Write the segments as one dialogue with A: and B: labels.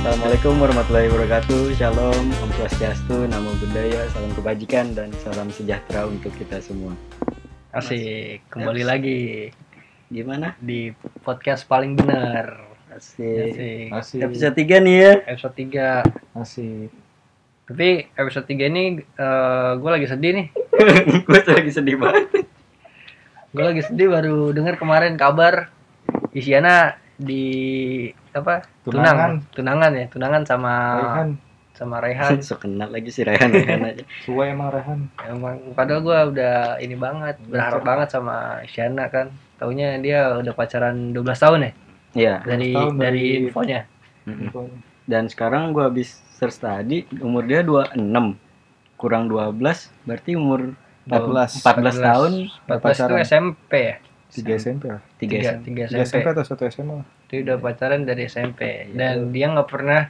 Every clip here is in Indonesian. A: Assalamualaikum warahmatullahi wabarakatuh. Shalom, Om Swastiastu, Namo Buddhaya, salam kebajikan dan salam sejahtera untuk kita semua.
B: Asik, kembali lagi
A: Gimana?
B: di podcast paling benar.
A: Asik.
B: Asik.
C: Asik.
A: Episode 3 nih ya.
B: Episode 3.
C: Asik.
B: Tapi episode 3 ini gue lagi sedih nih.
A: Gue tuh lagi sedih banget.
B: Gue lagi sedih baru dengar kemarin kabar Isyana di apa?
C: Tunangan.
B: Tunang. Tunangan ya, tunangan sama
C: Rehan,
B: sama Rehan.
A: So kenal lagi si Rehan, Rehan aja.
C: suwe emang Rehan.
B: Emang padahal gue udah ini banget, berharap banget sama Isyana kan. Taunya dia udah pacaran 12 tahun ya
A: Iya.
B: dari
C: 12 tahun
B: dari
C: dari-
B: infonya.
A: Mm-mm. Dan sekarang gue habis search tadi, umur dia 26. Kurang 12, berarti umur 14
C: 14.
A: tahun,
B: 14 itu
C: Pacaran.
B: SMP
C: SMP.
B: ya?
C: 3 SMP lah.
A: 3
B: tiga
C: 3 SMP
B: SMP.
C: atau 1 SMA lah.
B: Dia udah pacaran dari SMP dan dia nggak pernah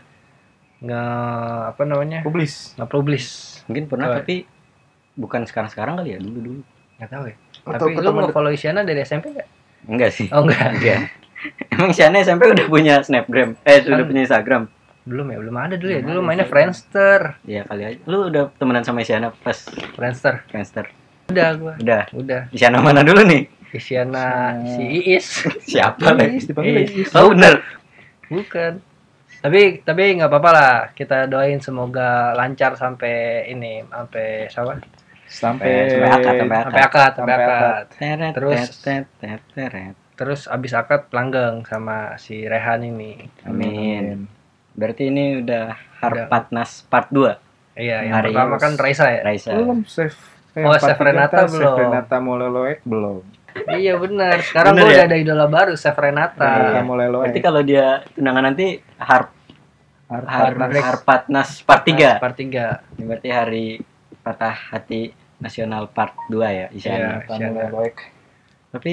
B: nggak apa namanya
C: Publis.
B: nggak publish
A: Mungkin pernah,
B: Oh.
A: tapi bukan sekarang-sekarang kali ya, dulu-dulu.
B: nggak tahu ya.
C: Atau
B: Tapi lu
C: ketemu
B: nggak follow Isyana dari SMP nggak?
A: Enggak sih.
B: Oh enggak.
A: Enggak. Emang Shana SMP udah punya Snapgram? Eh, sudah
B: Kan-
A: punya Instagram?
B: Belum ya, belum ada dulu ya.
A: Belum
B: Dulu
A: ada
B: mainnya
A: Isyana.
B: Friendster,
A: Iya kali aja. Lu udah temenan sama Isyana pas
B: Friendster.
A: Friendster?
B: Udah gua.
A: Udah.
B: Udah.
A: Isyana mana dulu nih?
B: Isyana
C: Isyana.
B: si Iis.
A: Siapa nih?
C: Iis, dipanggil
B: Iis.
C: Iis.
A: Oh bener.
B: Bukan. Tapi tapi nggak apa-apa lah. Kita doain semoga lancar sampai ini sampai siapa?
C: Sampai
A: Sampai akad, sampai
C: eh,
A: akad.
B: Sampai akad, sampai
C: Sampai akad.
B: akad.
A: Teret,
B: Terus.
A: teret, teret, teret.
B: Terus abis akad langgeng sama si Rehan ini.
A: Amin. Berarti ini udah Harpatnas part 2
B: Iya, yang
A: Hari
B: pertama
A: ini.
B: kan Raisa ya.
A: Raisa.
C: Belum save. Eh,
B: Oh,
C: empat
B: save
C: tiga
B: Renata
C: tas, save
B: belum.
C: Renata Moleloek belum.
B: iya benar. Sekarang
A: Bener
B: gue
A: ya?
B: udah ada idola baru, Chef Renata.
C: Renata
A: Iya.
C: Moleloek.
A: Berarti kalau dia tunangan nanti Harp Har-
C: Harta.
B: Harpatnas.
A: Harpatnas part 3
B: Part 3.
A: Berarti hari patah hati nasional part 2 ya Isyana.
B: Iya, Isyana.
C: Moleloek.
A: Tapi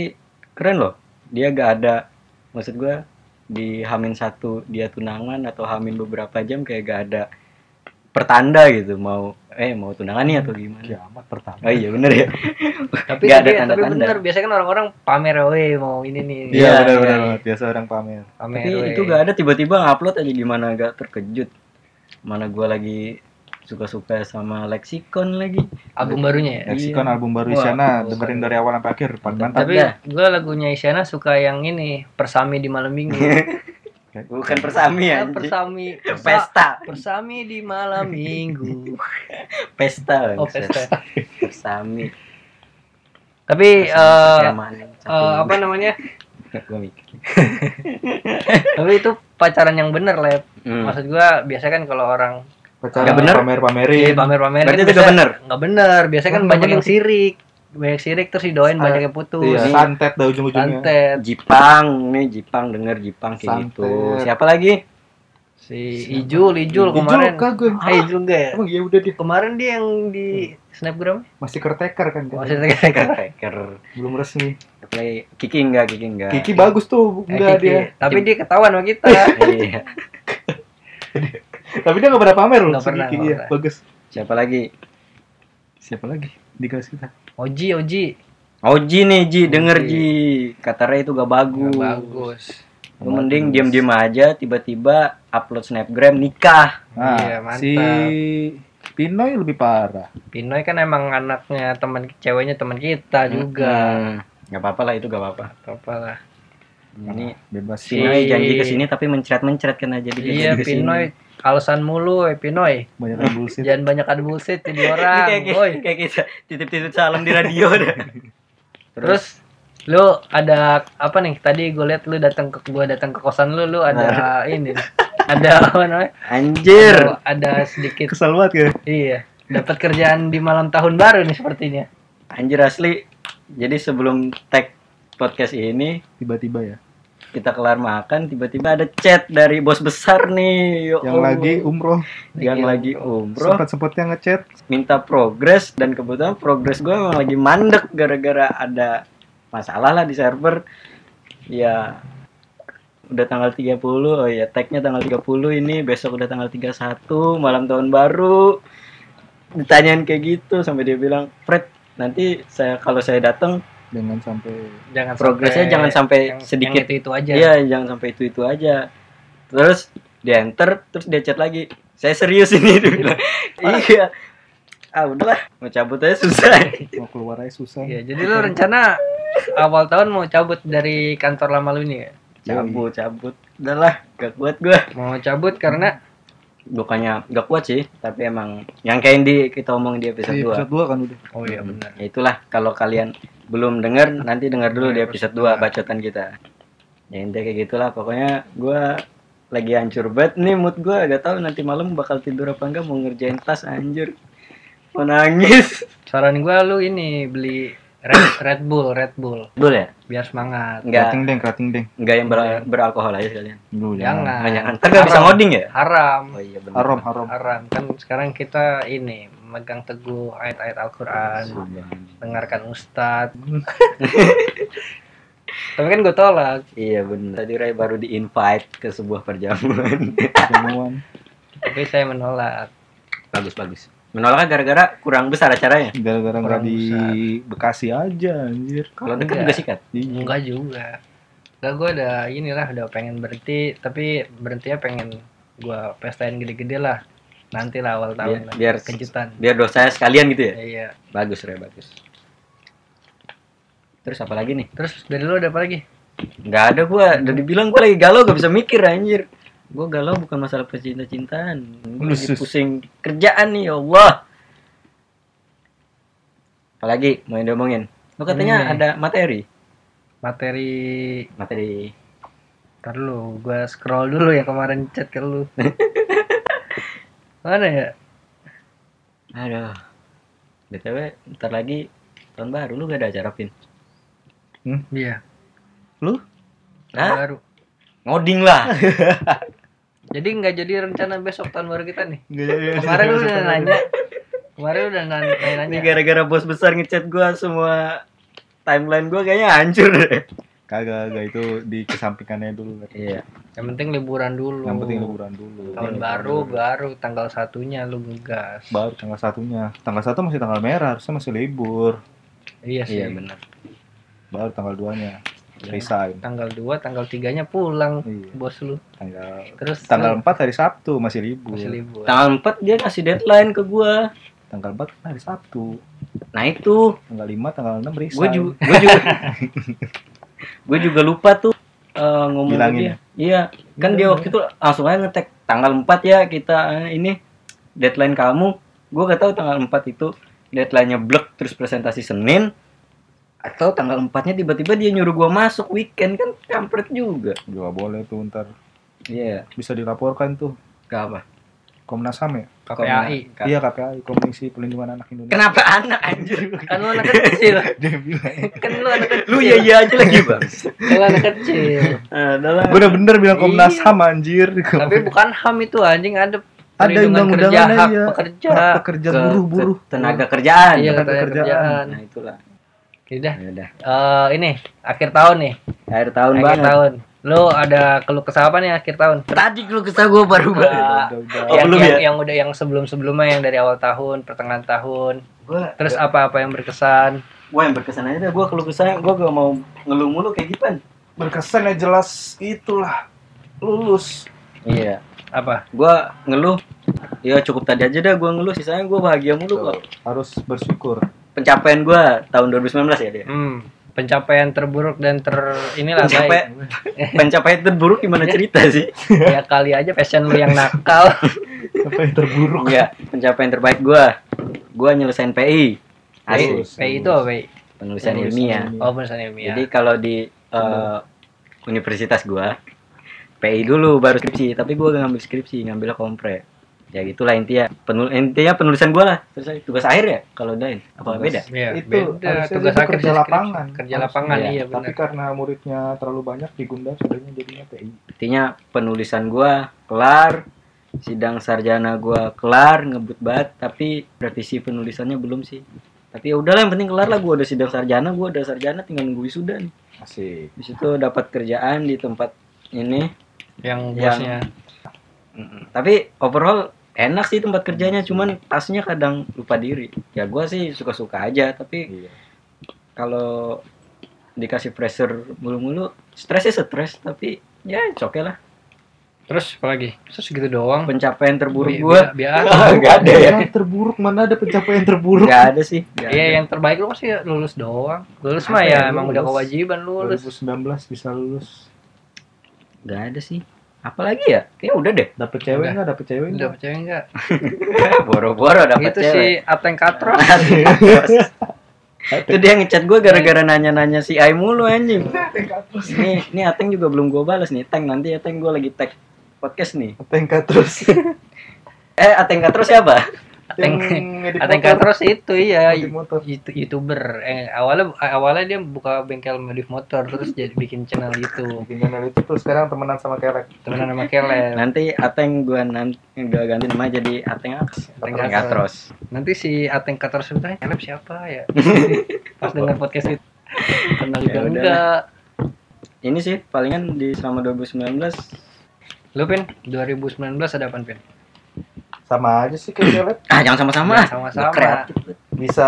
A: keren loh. Dia gak ada maksud gua di Hamin satu dia tunangan atau Hamin beberapa jam kayak gak ada pertanda gitu mau eh mau tunangan nih
B: Hmm.
A: atau gimana.
C: Kiamat pertama.
A: Oh Hmm. iya bener ya.
B: Tapi
A: Nggak ada
B: tapi, tapi
A: tanda-tanda.
B: bener, biasanya kan orang-orang pamer "Weh, mau ini nih.
A: Iya,
C: Iya, benar
A: iya,
C: benar.
A: iya.
C: benar. Biasa orang pamer.
B: Pamer
A: Tapi
B: "Weh."
A: itu gak ada tiba-tiba ngupload aja gimana gak terkejut. Mana gua lagi suka-suka sama leksikon lagi.
B: album
A: Iya.
B: barunya ya.
C: Lexicon album baru
B: Wah,
C: Isyana,
B: bagus.
C: dengerin dari awal sampai akhir, paling mantap.
B: Tapi
A: Dah.
B: gue lagunya Isyana suka yang ini, Persami di malam
A: Iya,
B: minggu.
A: Bukan persami ya.
B: Ah, Persami. Persa-
A: Pesta,
B: Persami di malam minggu.
A: pesta,
B: Oh,
A: Bang.
B: pesta.
A: persami.
B: Tapi eh, eh, apa
A: apa?
B: namanya?
A: Gue mikir.
B: Tapi itu pacaran yang bener lah. ya.
A: Hmm.
B: Maksud gua biasanya kan kalau orang
C: Pacaran
A: Nggak bener?
C: pamer-pamerin.
B: Iya, pamer-pamerin.
A: Berarti
B: kan
A: itu nggak
B: biasa-
A: bener?
B: Nggak bener. Biasanya kan
C: Oh, nggak
B: banyak yang
C: bener.
B: sirik. Banyak sirik terus didoain
C: Ah,
B: banyak yang putus.
C: Iya, santet dah ujung-ujungnya.
B: Santet.
A: Jipang nih Jipang denger Jipang kayak
C: Santet.
A: gitu. Siapa lagi?
B: Si Ijul, Ijul kemarin.
C: Ijul kagak.
B: Eh, Ijul enggak ya?
C: Emang iya udah dia
B: Kemarin dia yang di snapgram.
C: masih caretaker kan kan?
B: Maksudnya kan.
A: Caretaker.
C: belum resmi.
A: Siapa lagi? Kiki enggak, Kiki
B: Ya,
A: enggak.
C: Kiki
B: iya.
C: bagus tuh,
B: Eh,
C: enggak dia.
B: Tapi dia ketahuan sama kita.
A: Iya.
C: Tapi dia nggak pernah pamer loh.
B: Nggak
C: si
B: pernah,
C: Kiki
B: nggak
C: dia.
B: pernah.
C: Bagus.
A: Siapa lagi?
C: Siapa lagi di kelas kita?
B: Oji, Oji.
A: Oji nih Oh, Ji, denger
B: Oji.
A: Ji. Katanya itu gak bagus.
B: Nggak Bagus.
A: Lu mending diam-diam aja tiba-tiba upload snapgram nikah.
C: Nah,
B: Iya, mantap.
C: si Pinoy lebih parah.
B: Pinoy kan emang anaknya teman ceweknya teman kita juga.
A: Hmm. Gak apa-apa lah itu gak apa-apa.
B: Apalah.
A: Ini
C: bebas
A: si
B: Si-
A: Pinoy janji ke sini tapi mencret-mencret kena jadi
B: Iya,
A: ke sini.
B: Pinoy alasan mulu, eh, Pinoy.
C: banyak yang bullshit.
B: Jangan banyak ada bullshit jadi
A: Ini
B: orang.
A: kayak, gitu.
B: Woi.
A: kayak, kayak kita titip-titip salam di radio dah.
B: Terus lu ada apa nih? Tadi gue liat lu datang ke gua datang ke kosan lu, lu
A: Nah.
B: ada ini. Ada apa namanya?
A: anjir.
B: Ada- Ada sedikit
C: Kesel banget ya.
B: iya. Dapat kerjaan di malam tahun baru nih sepertinya.
A: Anjir asli. Jadi sebelum tag podcast ini
C: Tiba-tiba ya.
A: kita kelar makan tiba-tiba ada chat dari bos besar nih. Ya
B: Oh.
C: Yang
A: Allah.
C: lagi umroh,
A: yang lagi umroh
C: sempat-sempatnya ngechat.
A: minta progres dan kebetulan progres gue memang lagi mandek gara-gara ada masalah lah di server. Ya udah tanggal 30 oh ya tagnya tanggal 30 ini besok udah tanggal 31 malam tahun baru ditanyain kayak gitu sampai dia bilang Fred nanti saya kalau saya datang
C: Dengan sampai
B: Jangan
A: progresnya
B: sampai-
A: jangan sampai
B: yang-
A: sedikit
B: yang itu, itu aja.
A: Iya, jangan sampai itu itu aja. Terus dia enter terus dia chat lagi saya serius ini dia bilang iya ah udahlah mau cabut aja susah
C: mau keluar aja susah
B: Iya, jadi lu rencana awal tahun mau cabut dari kantor lama lu ini ya?
A: cabut cabut udahlah gak kuat gua
B: Mau cabut karena
A: bukannya gak kuat sih tapi emang yang kayak di kita omongin di
C: Di
A: episode
C: episode 2 kan udah
B: 2 Oh iya benar.
A: 2 ya itulah kalau kalian belum dengar nanti dengar dulu di episode 2
C: Iya.
A: bacotan kita ya intinya kayak gitulah pokoknya gua lagi hancur banget nih mood gua gak tahu nanti malam bakal tidur apa enggak mau ngerjain tas anjir mau nangis
B: Saran gua lu ini beli Red, Red Bull, Red Bull
A: boleh ya?
B: biar semangat.
A: enggak
C: Kerating deng, kerating deng.
A: enggak yang ber- beralkohol aja sekalian
C: Lu
B: Jangan.
A: Nggak, jangan Hmm, ntar nggak bisa ngoding ya
B: Haram.
A: oh iya benar
C: Ah, Haram, haram.
B: Haram. Kan sekarang kita ini megang teguh ayat-ayat Al-Qur'an,
A: Hmm.
B: dengarkan ustadz. Tapi kan gue tolak.
A: iya benar tadi Ray baru di invite ke sebuah perjamuan
C: Jamuan.
B: Tapi saya menolak.
A: bagus bagus menolaknya gara-gara kurang besar acaranya
C: Gara-gara nggak
B: Orang
C: di Bekasi aja anjir.
A: kalau dekat
B: Enggak.
A: juga sikat
C: Iya.
B: Enggak juga. Enggak gue udah inilah udah pengen berhenti tapi berhentinya pengen gua pestain gede-gede lah. Nanti lah awal
A: biar,
B: tahun lah.
A: biar
B: kejutan.
A: biar dosanya sekalian gitu ya
B: Iya, iya.
A: bagus Ray bagus terus apa lagi nih
B: Terus dari lu ada apa lagi?
A: nggak ada gua udah dibilang gua lagi galau gak bisa mikir anjir gua galau bukan masalah percinta-cintaan Gua lagi
C: Lusus.
A: pusing kerjaan nih ya Allah apalagi mau yang diomongin lu katanya
B: Ini.
A: ada materi
B: Materi
A: materi
B: Ntar lu, gua scroll dulu ya kemarin chat ke lu. Mana ya?
A: aduh btw ntar lagi tahun baru lu gak ada acara pin
B: Iya.
C: Lu?
B: Tahun
A: Hah?
B: baru.
A: ngoding lah
B: Jadi nggak jadi rencana besok tahun baru kita nih.
C: Nggak jadi.
B: Kemarin lu udah nanya. Kemarin lu udah nanya.
A: Ini
B: nanya.
C: kan-
A: gara-gara bos besar ngechat gua semua timeline gua kayaknya hancur deh.
C: Kagak, kagak itu di kesampingannya dulu.
A: Iya.
B: Yang penting liburan dulu.
C: Yang penting liburan dulu. Iya.
B: Tahun baru baru tanggal satunya lu ngegas.
C: baru tanggal satunya tanggal satu masih tanggal merah harusnya masih libur
B: Iya sih.
A: Iya benar.
C: baru tanggal duanya
B: Iya.
C: resign
B: Tanggal 2, tanggal 3-nya pulang
C: iya
B: bos lu.
C: tanggal
B: Terus lu
C: tanggal empat hari sabtu masih libur
B: masih libur.
A: Tanggal 4 dia ngasih deadline ke gua.
C: tanggal empat kan hari sabtu
A: Nah itu,
C: tanggal lima tanggal enam resign
A: gua juga gua juga gua juga lupa tuh eh, ngomong ke
C: Bilangin
A: dia. Iya, kan dia waktu itu langsung aja ngetek tanggal 4 ya kita eh, ini deadline kamu. Gua gak tahu tanggal 4 itu deadline-nya blek terus presentasi Senin atau tanggal 4-nya tiba-tiba dia nyuruh gua masuk weekend kan kampret juga.
C: juga boleh tuh ntar
A: Iya,
C: bisa dilaporkan tuh
A: gak apa.
C: Komnas HAM ya?
B: KPAI.
A: Ka-
C: Iya KPI, Komisi Perlindungan Anak Indonesia.
A: Kenapa anak anjir?
B: Kan lu anak kecil.
C: Dia bilang,
B: Kan lu anak kecil. Kan
A: Lu ya iya aja lagi, Bang.
B: Lu anak kecil.
A: Adalah.
C: gue udah bener bilang Komnas
B: Iya.
C: HAM anjir.
B: Tapi bukan HAM itu anjing ada
C: ada
B: perlindungan kerja
C: undang-undangannya
B: hak
C: ya.
B: pekerja.
C: Hak pekerja buruh-buruh.
A: tenaga kerjaan.
B: Iya
C: Hak
B: katanya
C: pekerjaan.
B: kerjaan.
A: Nah, itulah.
B: Yaudah,
A: Ya udah.
B: eh, ini akhir tahun nih.
A: Akhir tahun
B: akhir
A: banget.
B: tahun. Lu ada keluh kesah apa nih akhir tahun?
A: Tadi lu kesah gua baru
C: iya,
A: banget.
B: Eh,
C: Udah-udah.
A: Oh,
B: yang,
A: belum
B: yang,
A: ya?
B: yang udah yang sebelum-sebelumnya yang dari awal tahun, pertengahan tahun.
A: Gua
B: Terus apa-apa yang berkesan?
A: gua yang berkesan aja deh, gua keluh kesah, gua gak mau ngeluh mulu kayak gitu kan.
C: Berkesan ya jelas itulah. Lulus.
A: Iya.
B: Apa?
A: Gua ngeluh Ya cukup tadi aja dah gua ngeluh, sisanya gua bahagia mulu kok.
C: Harus bersyukur.
A: Pencapaian gua tahun 2019 ya dia.
B: Hmm, pencapaian terburuk dan ter inilah
A: Pencapaian-
B: Iya baik.
A: Pencapaian terburuk gimana cerita sih?
B: Ya kali aja passion lu yang nakal.
C: Apa yang terburuk?
A: Enggak, Iya, pencapaian terbaik gua. Gua nyelesain PI. Asli,
C: Asik.
B: PI itu apa, PI?
A: penulisan ilmiah.
B: Oh, perusahaan ilmiah.
A: Jadi kalau di eh, universitas gua PI dulu baru skripsi, tapi gua gak ngambil skripsi, ngambil kompre. Ya gitulah intinya. Penul intinya penulisan gua lah. Terus tugas akhir ya kalau lain apa
C: Tugas.
A: beda?
B: Iya,
C: Itu,
B: beda.
C: harusnya
B: tugas
C: itu
B: akhir
C: kerja
B: deskripsi.
C: lapangan.
B: Kerja
C: Harusnya.
B: lapangan
A: Iya,
B: iya
C: Tapi
B: benar.
C: karena muridnya terlalu banyak digundang sebenarnya jadinya PI.
A: Intinya penulisan gua kelar, sidang sarjana gua kelar, ngebut banget, tapi revisi penulisannya belum sih. Tapi ya udahlah yang penting kelar lah gua udah sidang sarjana, gua udah sarjana tinggal nunggu wisuda nih.
C: Asik.
A: Di situ dapat kerjaan di tempat ini.
B: Yang
A: Yang-
B: bosnya
A: Mm-mm. Tapi overall enak sih tempat kerjanya, cuman tasnya kadang lupa diri. Ya gua sih suka-suka aja, tapi
C: Iya.
A: kalau dikasih pressure mulu-mulu, stresnya stres, tapi ya oke lah.
B: Terus apa lagi? Terus segitu doang.
A: pencapaian terburuk
B: Bi-
A: gua
B: bi- biasa.
A: Ah, nggak ada ya
C: Yang terburuk mana ada pencapaian terburuk?
A: nggak ada sih nggak
B: Iya,
A: ada.
B: yang terbaik lu pasti lulus doang. Lulus mah
C: Ada
B: ya
C: yang
B: emang
C: lulus.
B: udah kewajiban lulus.
C: 2019 bisa lulus.
A: nggak ada sih apalagi ya kayaknya udah deh
C: Dapet cewek
B: Udah.
C: nggak? Dapet cewek
B: Udah
C: nggak?
B: percaya enggak?
A: boro-boro dapat
B: Itu si
A: cewek
B: Ateng Katro.
A: itu dia ngechat gua gara-gara
B: Iya.
A: nanya-nanya si Ai mulu anjing ini ini Ateng juga belum gua balas nih Teng nanti Ateng gua lagi tag podcast nih
C: Tengka terus.
A: eh Ateng Katro siapa
B: Ateng
C: ngedit
B: Ateng
C: motor.
B: Katro sih itu iya.
C: Ngedit motor.
B: Itu YouTuber. Eh awalnya awalnya dia buka bengkel modif motor terus jadi bikin channel YouTube.
C: Bikin channel itu terus sekarang temenan sama Kerek.
B: Temenan sama Kelem.
A: nanti Ateng gua nanti gua ganti nama jadi Ateng
B: Ateng
A: Ateng Katros
B: Nanti si Ateng Katro sebetulnya Kelem siapa ya? Pas dengar podcast itu kenal
A: Ya
B: juga
A: udah.
B: enggak.
A: ini sih palingan di selama 2019
B: Lu Pin, 2019 ada apa Pin?
C: Sama aja sih kayak Kerek.
A: Ah, jangan sama-sama.
B: Jangan sama-sama.
A: Udah Kreatif.
C: Bisa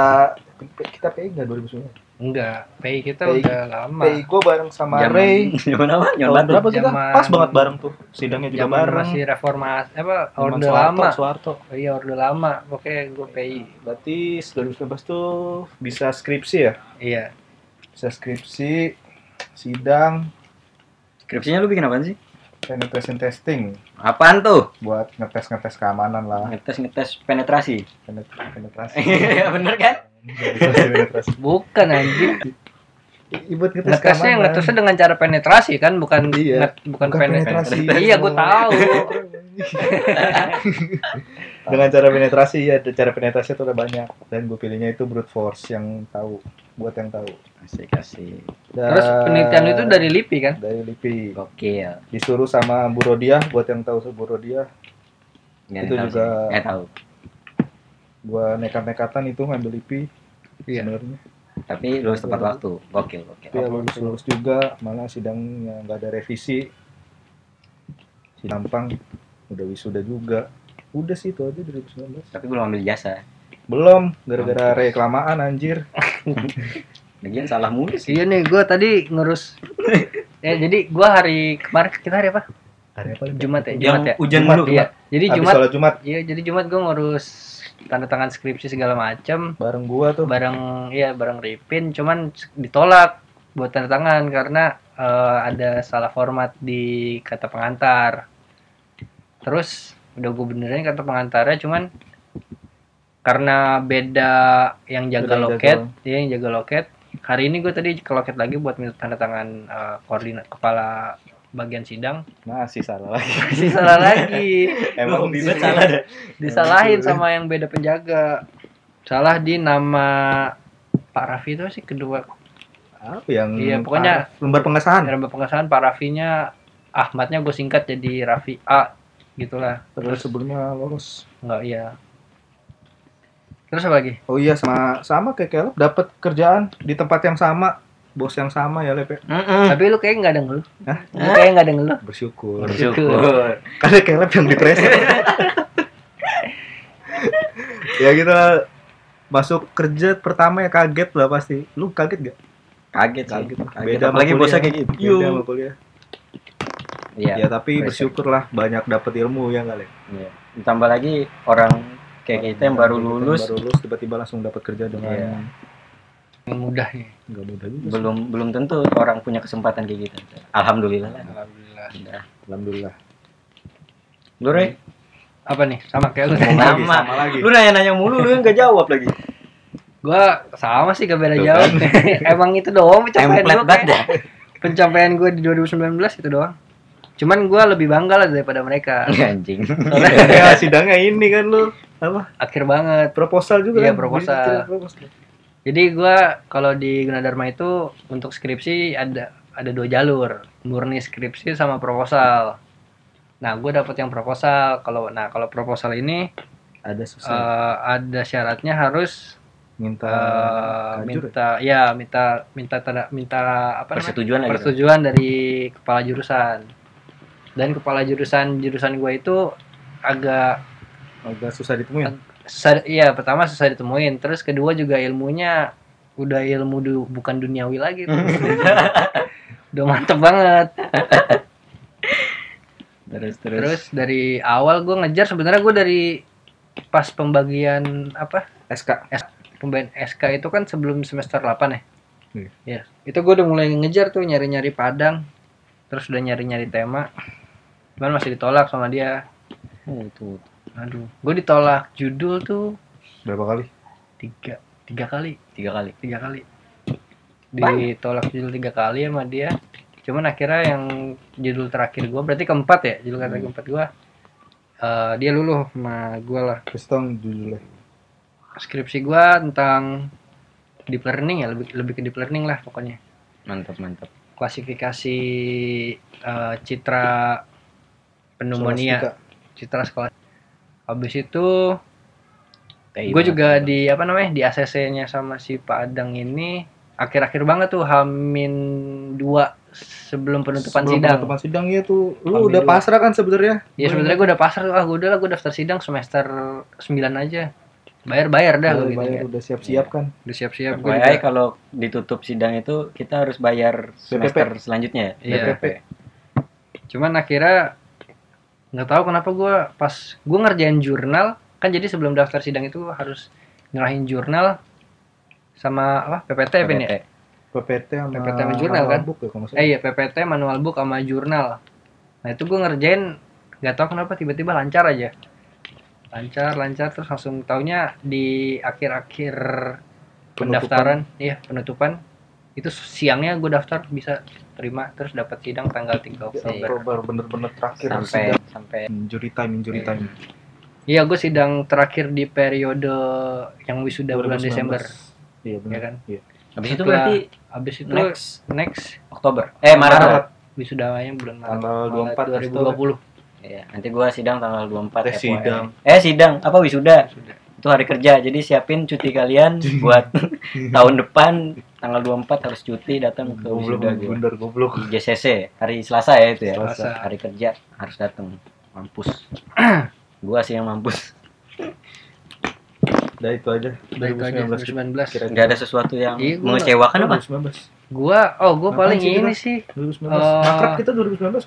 C: kita pay nggak 2019?
B: Enggak, PI kita
C: PI.
B: udah lama.
C: Pay gue bareng sama
A: Zaman-
C: Ray.
A: Zaman apa? Zaman
C: Tahun
A: batu.
C: berapa kita?
B: Zaman-
C: Pas banget bareng tuh. Sidangnya juga
B: Zaman
C: bareng.
B: masih reformasi apa
C: Zaman
B: orde
C: Soeharto,
B: lama.
C: Soeharto.
B: Oh Iya, orde lama. Oke, gue PI.
C: Berarti 2019 tuh bisa skripsi ya?
B: Iya.
C: Bisa skripsi, sidang,
A: Skripsinya lu bikin apaan sih?
C: penetration testing
A: Apaan tuh?
C: buat ngetes-ngetes keamanan lah,
B: Iya.
A: Ngetes-ngetes penetrasi.
C: penet- penetrasi.
A: Bener kan?
C: penetrasi.
B: Bukan anjing.
C: I- Buat ngetes
B: Ngetesnya
C: keamanan.
B: ngetesnya dengan cara penetrasi kan, bukan
C: Iya.
B: nget- bukan,
C: Bukan
B: penetrasi.
C: penetrasi.
B: Iya, gue tahu.
C: Dengan cara penetrasi ya, ada cara penetrasi itu ada banyak dan gue pilihnya itu brute force yang tahu, buat yang tahu.
A: Asik, asik.
C: Dan-
B: Terus penelitian itu dari LIPI kan?
C: dari LIPI.
A: Gokil.
C: disuruh sama Bu Rodiah buat yang tahu Bu Rodiah
A: Nggak
C: Itu
A: tahu
C: juga
A: sih. Nggak tahu.
C: gua nekat-nekatan itu ngambil IP
B: Iya.
C: sebenarnya
A: Tapi lulus tepat waktu. Gokil, gokil.
C: tapi ya lulus lulus juga malah sidangnya nggak ada revisi sinampang udah wisuda juga udah sih itu aja 2019
A: Tapi belum ambil jasa.
C: belum gara-gara reklamaan anjir
A: Lagian salah mulu sih.
B: Iya nih, gue tadi ngurus. ya, jadi gue hari kemarin kita hari apa?
C: hari apa lagi?
B: Jumat ya, Jumat ya.
A: hujan
C: Jumat,
A: dulu.
B: Iya. Jadi
C: Habis
B: Jumat,
C: sholat Jumat
B: iya jadi Jumat gue ngurus tanda tangan skripsi segala macem
C: bareng gua tuh
B: bareng ya bareng Ripin cuman ditolak buat tanda tangan karena eh, ada salah format di kata pengantar terus udah gue benerin kata pengantarnya cuman karena beda yang jaga
C: Beda yang
B: loket
C: jaga.
B: dia yang jaga loket hari ini gue tadi ke loket lagi buat minta tanda tangan eh, koordinat kepala bagian sidang
C: masih salah lagi
B: masih salah lagi
A: Emang
C: emang di
A: bibet salah deh.
B: disalahin sama yang beda penjaga salah di nama Pak Raffi itu sih kedua
C: apa yang
B: Iya, pokoknya-
C: parah? lembar pengesahan
B: dalam pengesahan Pak Raffinya Ahmadnya gue singkat jadi Raffi A gitulah
C: terus sebelumnya lolos
B: nggak iya terus apa lagi
C: Oh iya sama sama kayak Caleb dapat kerjaan di tempat yang sama, bos yang sama ya Lep. ya?
A: Mm-mm.
B: tapi lu kayak nggak ada ngeluh
C: Hah?
B: lu kayak nggak ada ngeluh
C: Bersyukur.
A: Bersyukur.
C: Karena Caleb yang dipreser. ya kita masuk kerja pertama ya kaget lah pasti. Lu kaget gak?
A: Kaget sih.
C: Iya, Kaget.
A: Kaget. Apalagi
C: sama
A: bosnya
C: kuliah.
A: kayak gitu.
C: Beda sama kuliah.
A: Iya.
C: Ya tapi
A: Preser.
C: bersyukurlah banyak dapat ilmu ya kali.
A: Iya. Ditambah lagi orang kayak kita yang baru lulus
C: baru lulus tiba-tiba langsung dapat kerja dengan
A: Iya.
B: yang mudah nih
C: nggak mudah juga. sih.
A: belum belum tentu orang punya kesempatan kayak gitu. Alhamdulillah. lah.
B: alhamdulillah
A: Udah.
C: Alhamdulillah.
A: Lu Rey,
B: apa nih sama kayak lu
C: Sama
B: tadi
C: lagi,
A: Iya, Sama.
C: sama lagi.
A: lu nanya-nanya mulu lu yang gak jawab lagi.
B: gue sama sih gak beda
C: Tuh kan.
B: jauh emang itu doang pencapaian gue
A: Template banget ya. dah.
B: pencapaian gue di 2019 itu doang cuman gue lebih bangga lah daripada mereka
A: Anjing.
C: ya sidangnya ini kan lu apa?
B: akhir banget
C: Proposal juga
B: Iya,
C: kan?
B: proposal.
C: Digital proposal.
B: Jadi gua kalau di Gunadarma itu untuk skripsi ada ada dua jalur, murni skripsi sama proposal. Nah, gua dapat yang proposal. Kalau nah kalau proposal ini
C: Ada susah.
B: eh, ada syaratnya harus
C: minta
B: eh,
C: kajur ya?
B: minta ya minta minta tanda minta apa namanya?
A: Persetujuan lagi. ya? tuh.
B: persetujuan dari kepala jurusan. Dan kepala jurusan jurusan gua itu agak
C: agak susah ditemuin.
B: susah iya pertama susah ditemuin terus kedua juga ilmunya udah ilmu du- bukan duniawi lagi tuh. udah mantep banget
A: terus terus,
B: Terus dari awal gue ngejar sebenarnya gue dari pas pembagian apa
C: SK
B: pembagian SK itu kan sebelum semester 8 ya.
C: Iya.
B: Iya. Itu gue udah mulai ngejar tuh nyari-nyari Padang. Terus udah nyari-nyari tema. Cuman masih ditolak sama dia.
A: Oh, itu
B: Aduh, gue ditolak judul tuh
C: berapa kali?
B: tiga tiga kali
A: tiga kali
B: tiga kali ditolak judul tiga kali sama dia cuman akhirnya yang judul terakhir gua berarti keempat ya judul terakhir keempat gua eh, dia luluh sama gua lah
C: Terus tong judulnya.
B: skripsi gua tentang deep learning ya lebih lebih ke deep learning lah pokoknya
A: mantap mantap
B: klasifikasi eh, citra pneumonia
C: Solastika.
B: citra sekolah habis itu
A: TI
B: gue
C: Iya,
A: banget.
B: juga di apa namanya di ACC-nya sama si Padang ini akhir-akhir banget tuh Hamin dua sebelum penutupan
C: Sebelum
B: sidang.
C: Penutupan sidang ya tuh. Lu
B: Pemilu.
C: udah pasrah kan sebenarnya?
B: Ya
C: Gua
B: sebenarnya gue udah pasrah tuh, ah gue udah lah gue daftar sidang semester 9 aja. Bayar-bayar dah
C: udah,
B: gue
C: udah,
B: gitu.
C: bayar,
B: ya.
C: udah siap-siap kan.
B: Udah siap-siap gue
A: FYI kalau ditutup sidang itu kita harus bayar semester selanjutnya ya?
B: Iya.
C: BPP.
B: Cuman akhirnya nggak tahu kenapa gue pas gue ngerjain jurnal kan jadi sebelum daftar sidang itu gua harus nyerahin jurnal sama apa PPT, PPT. ya.
A: PPT.
C: PPT sama
B: PPT sama jurnal, kan?
C: Book ya, kalau nggak salah.
B: Eh iya PPT, manual book sama jurnal. Nah itu gue ngerjain nggak tahu kenapa tiba-tiba lancar aja. Lancar, lancar terus langsung taunya di akhir-akhir pendaftaran, iya penutupan itu siangnya gue daftar bisa terima terus dapat sidang tanggal 3
C: Ya,
B: Oktober.
C: Oktober bener-bener terakhir
A: sampai
C: sidang.
A: sampai
C: injury time injury
B: Iya.
C: time
B: Iya gue sidang terakhir di periode yang wisuda bulan Desember, ya
C: iya benar
B: kan.
A: habis itu
B: Setelah-
A: berarti
B: Abis itu next,
A: next Oktober eh Maret,
C: Maret
B: wisudanya bulan Maret.
C: tanggal
B: Maret
C: 24 2020
B: 2020.
A: Iya, nanti gua sidang tanggal 24
C: Eh,
A: FYI.
C: sidang.
A: eh sidang apa wisuda
B: Wisuda.
A: itu hari kerja jadi siapin cuti kalian buat tahun depan tanggal 24 harus cuti datang ke
C: goblok
A: wisuda gua
C: bundar goblok
A: Di JCC hari Selasa ya itu ya
B: Selasa.
A: hari kerja harus datang mampus gua sih yang mampus
C: udah itu aja
B: Baik lagi
C: 2019
B: 2019.
C: kira
A: nggak ada sesuatu yang
B: Iya, gua-
A: mengecewakan apa
C: 2019
B: gua oh gua
C: Apaan
B: paling
C: sih
B: ini
C: kita?
B: sih
C: 2019
B: Eh,
C: akrab kita 2019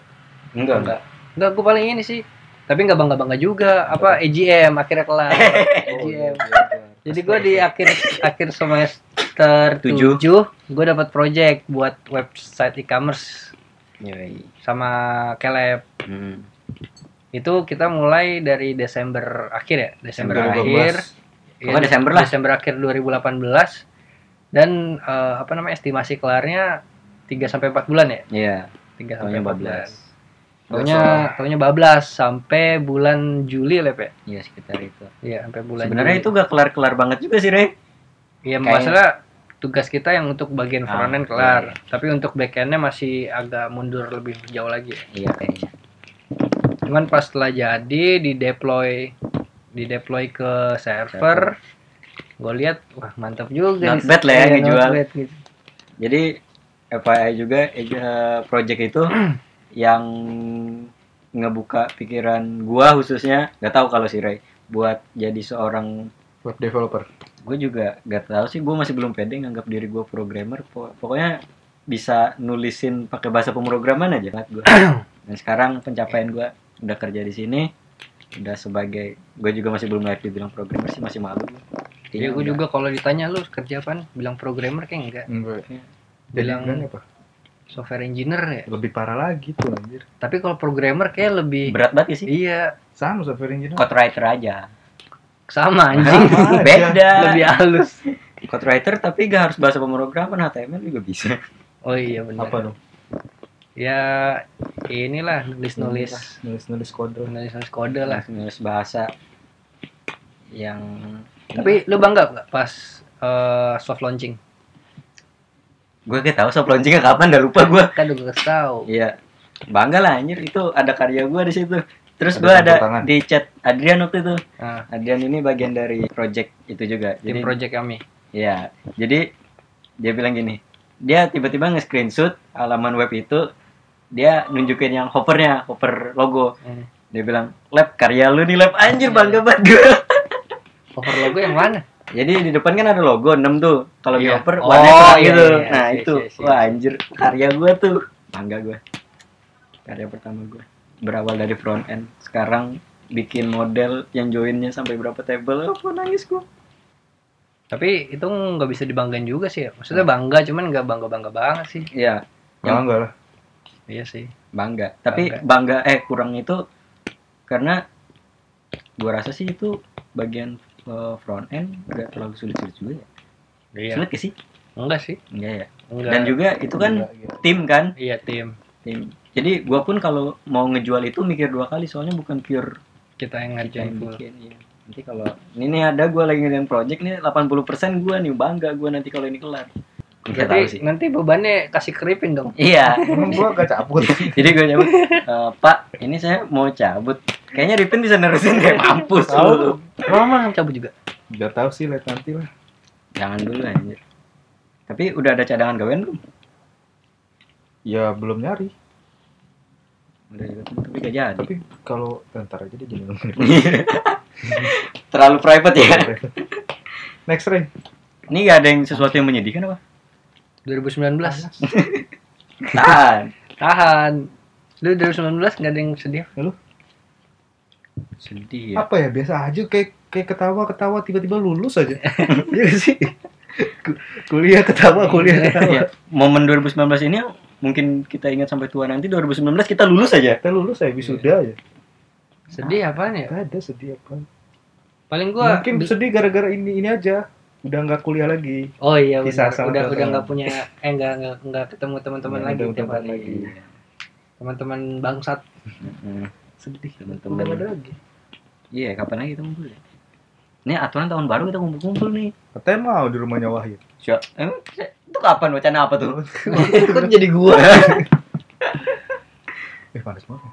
A: enggak enggak
B: nggak gua paling ini sih tapi nggak bangga bangga juga apa EGM akhirnya kelar
C: Oh, iya,
B: EGM
C: iya, iya.
B: jadi gua di akhir akhir semester
A: Tujuh.
B: 7 gua dapat project buat website e-commerce
A: Yoi.
B: sama Caleb
A: Iya, Hmm.
B: itu kita mulai dari Desember akhir ya Desember
C: 2012.
B: akhir Iya,
A: Pokoknya Desember lah.
B: Desember akhir 2018 dan eh, apa namanya estimasi kelarnya 3 sampai 4 bulan ya
A: Iya,
B: 3 sampai
A: tahunnya
B: 4 bulan
A: 14.
B: Taunya taunya bablas sampai bulan Juli lah ya.
A: Iya, sekitar itu.
B: Iya, sampai bulan
A: Sebenarnya
B: Juli.
A: itu gak kelar-kelar banget juga sih, Rey.
B: Iya,
A: kayaknya-
B: masalah tugas kita yang untuk bagian
A: Ah,
B: front end kelar, tapi untuk back end-nya masih agak mundur lebih jauh lagi. ya.
A: Iya, kayaknya.
B: Cuman pas setelah jadi di deploy di deploy ke server, gue lihat wah mantap juga.
A: Not bad lah ya,
B: Iya, not
A: ngejual.
B: bad gitu.
A: Jadi FYI juga eh, project itu yang ngebuka pikiran gua khususnya, nggak tahu kalau si Rey buat jadi seorang
C: web developer
A: gue juga gak tahu sih gue masih belum pede nganggap diri gue programmer Po- pokoknya bisa nulisin pakai bahasa pemrograman aja banget gue dan sekarang pencapaian gue udah kerja di sini udah sebagai gue juga masih belum layak dibilang programmer sih masih malu gua.
B: Iya, gue juga kalau ditanya lu kerja apa, bilang programmer kayak enggak,
C: enggak
A: Iya.
C: jadi
B: Bilang-
C: kan apa
B: software engineer ya.
C: lebih parah lagi tuh anjir
B: Tapi kalau programmer kayak lebih
A: berat banget ya sih
B: iya,
C: sama software engineer
A: code writer aja
B: sama anjing
C: Sama aja.
A: beda
B: lebih halus
A: code writer tapi gak harus bahasa pemrograman HTML juga bisa
B: oh iya benar
C: apa dong
B: ya inilah nulis nulis
C: nulis nulis kode
B: nulis nulis kode lah
A: Iya. nulis bahasa yang
B: tapi lu bangga nggak pas eh, soft launching
A: gue gak tahu soft launchingnya kapan udah lupa gue
B: kan udah kasih tahu
A: Iya. Bangga lah anjir itu ada karya gua di situ. Terus
C: Ada
A: gua ada
C: tepuk tangan.
A: di chat Adrian waktu itu.
B: nah,
A: Adrian ini bagian dari project itu juga.
B: tim
A: Jadi
B: project kami
A: Iya. Jadi dia bilang gini, dia tiba-tiba nge-screenshot halaman web itu dia nunjukin yang hovernya, hover logo.
B: Hmm.
A: Dia bilang, "Lab karya lu nih lab anjir bangga banget gua."
B: cover logo yang mana
A: Jadi di depan kan ada logo 6 tuh. Kalau di
B: Iya.
A: hover
B: Oh,
A: warnanya terang
B: iya,
A: gitu.
B: iya, iya.
A: Nah,
B: Iya,
A: itu.
B: iya, iya.
A: Wah, anjir karya gua tuh. Bangga gua. Karya pertama gua. berawal dari front end sekarang bikin model yang joinnya sampai berapa table apa nangis gua
B: Tapi itu nggak bisa dibanggain juga sih. ya. Maksudnya bangga, cuman nggak bangga bangga banget sih.
A: ya
C: Ya enggak lah.
B: Iya sih.
A: bangga tapi bangga eh kurang itu karena gua rasa sih itu bagian eh, front end nggak terlalu sulit sulit juga ya
B: Iya.
A: sulit gak sih
B: Enggak sih.
A: enggak ya
B: Enggak.
A: dan juga itu kan
C: Enggak, gitu.
A: tim kan
B: Iya tim.
A: tim jadi gua pun kalau mau ngejual itu mikir dua kali soalnya bukan pure
B: Kita yang
A: kita
B: ngerjain
A: yang
B: full.
A: bikin, iya. nanti kalau ini nih ada gua lagi ngerjain project nih 80% gua nih bangga gua nanti kalau ini kelar Nggak tahu
B: Berarti
A: sih
B: nanti bebannya kasih keripin dong.
A: iya
C: Emang gua gak cabut.
A: jadi gua cabut "Eh, pak ini saya mau cabut kayaknya Ripin bisa nerusin kayak mampus lu
C: Tahu.
B: Mama yang kan cabut juga.
C: Udah tahu sih lihat nanti lah.
A: jangan dulu anjir tapi udah ada cadangan gawean belum
C: Ya belum nyari.
A: udah juga tapi gak jadi
C: Tapi kalau ntar aja dia jadi ngomongin.
A: terlalu private ya
C: Next Ray.
A: ini gak ada yang sesuatu yang menyedihkan apa
B: 2019.
A: tahan
B: Tahan. Lu 2019 nggak ada yang sedih?
A: sedih ya
C: Apa ya biasa aja kayak kayak ketawa-ketawa tiba-tiba lulus aja. Iya gak sih. Ku- Kuliah ketawa, kuliah ketawa.
A: Iya, momen 2019 ini yang mungkin kita ingat sampai tua nanti 2019 kita lulus aja.
C: Kita lulus aja wisuda
A: Iya.
C: aja.
B: Sedih apaan ya?
C: Gak ada sedih apa.
B: Paling gua
C: Mungkin sedih gara-gara ini ini aja. Udah nggak kuliah lagi.
B: Oh iya, benar.
C: Kisah sama
B: udah udah
C: teman-teman.
B: nggak punya eh nggak nggak nggak ketemu teman-teman
C: Nggak
B: lagi
C: ketemu
B: tiap
C: teman
B: hari.
C: lagi.
B: Teman-teman bangsat
A: Heeh.
C: Sedih.
A: ya, Teman-teman.
C: Belum ada lagi.
A: Iya, kapan lagi kita ngumpul ya? Ini aturan tahun baru kita ngumpul-ngumpul nih.
C: Katanya mau di rumahnya Wahyu.
A: Siap. Emang itu kapan wacana apa tuh?
B: Kok jadi gua?
C: Eh panas banget.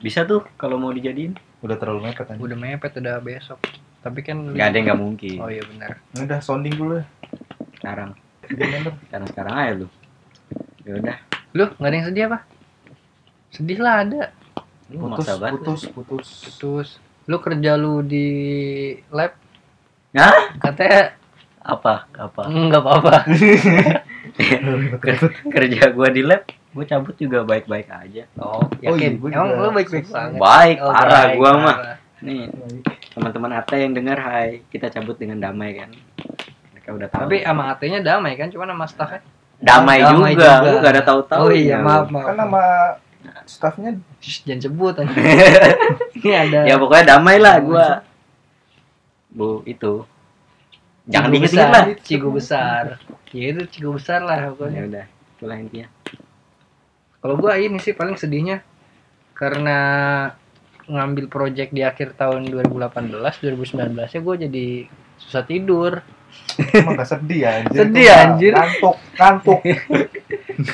A: Bisa tuh kalau mau dijadiin.
C: Udah terlalu mepet aja.
B: udah mepet udah besok. Tapi kan
A: Gak ada yang nggak mungkin.
B: Oh iya benar.
C: Udah sounding dulu ya.
A: Sekarang,
C: Gimana?
A: sekarang sekarang aja lu. Ya udah,
B: Lu nggak ada yang sedih apa? Sedih lah ada.
A: lu
C: Putus,
A: maksa banget.
C: putus, putus.
B: Terus lu kerja lu di lab
A: Hah?
B: katanya
A: Apa? Apa?
B: "Mm, nggak apa-apa.
A: Kerja gua di lab, gua cabut juga baik-baik aja.
B: Oh, yakin.
C: iya, gua
B: Emang
C: juga.
B: lu baik-baik banget.
A: Baik,
B: Oh,
A: parah
B: baik,
A: gua mah.
B: parah.
A: Nih, teman-teman Ate yang dengar hai, kita cabut dengan damai kan. Mereka udah tahu.
B: Tapi sama AT-nya damai kan, cuman sama staffnya.
A: damai,
B: Damai
A: juga.
B: juga.
A: Lu gak ada tahu-tahu.
B: Oh
A: ya.
B: iya, maaf, maaf.
C: Kan nama staffnya
B: Shh, jangan sebut anjing. Ini ada.
A: ya pokoknya damai lah
B: Damai
A: gua.
B: sih.
A: Bu itu. Jangan
B: Cigu
A: diinget
B: besar,
A: lah.
B: Cigu besar. Ya itu cigu besar lah
A: Ya
B: pokoknya.
A: udah, itulah intinya.
B: Kalau gua ini sih paling sedihnya karena ngambil project di akhir tahun 2018, 2019 ya gua jadi susah tidur.
C: emang gak sedih ya anjir.
B: Sedih,
C: Emang
B: anjir.
C: Ngantuk, ngantuk.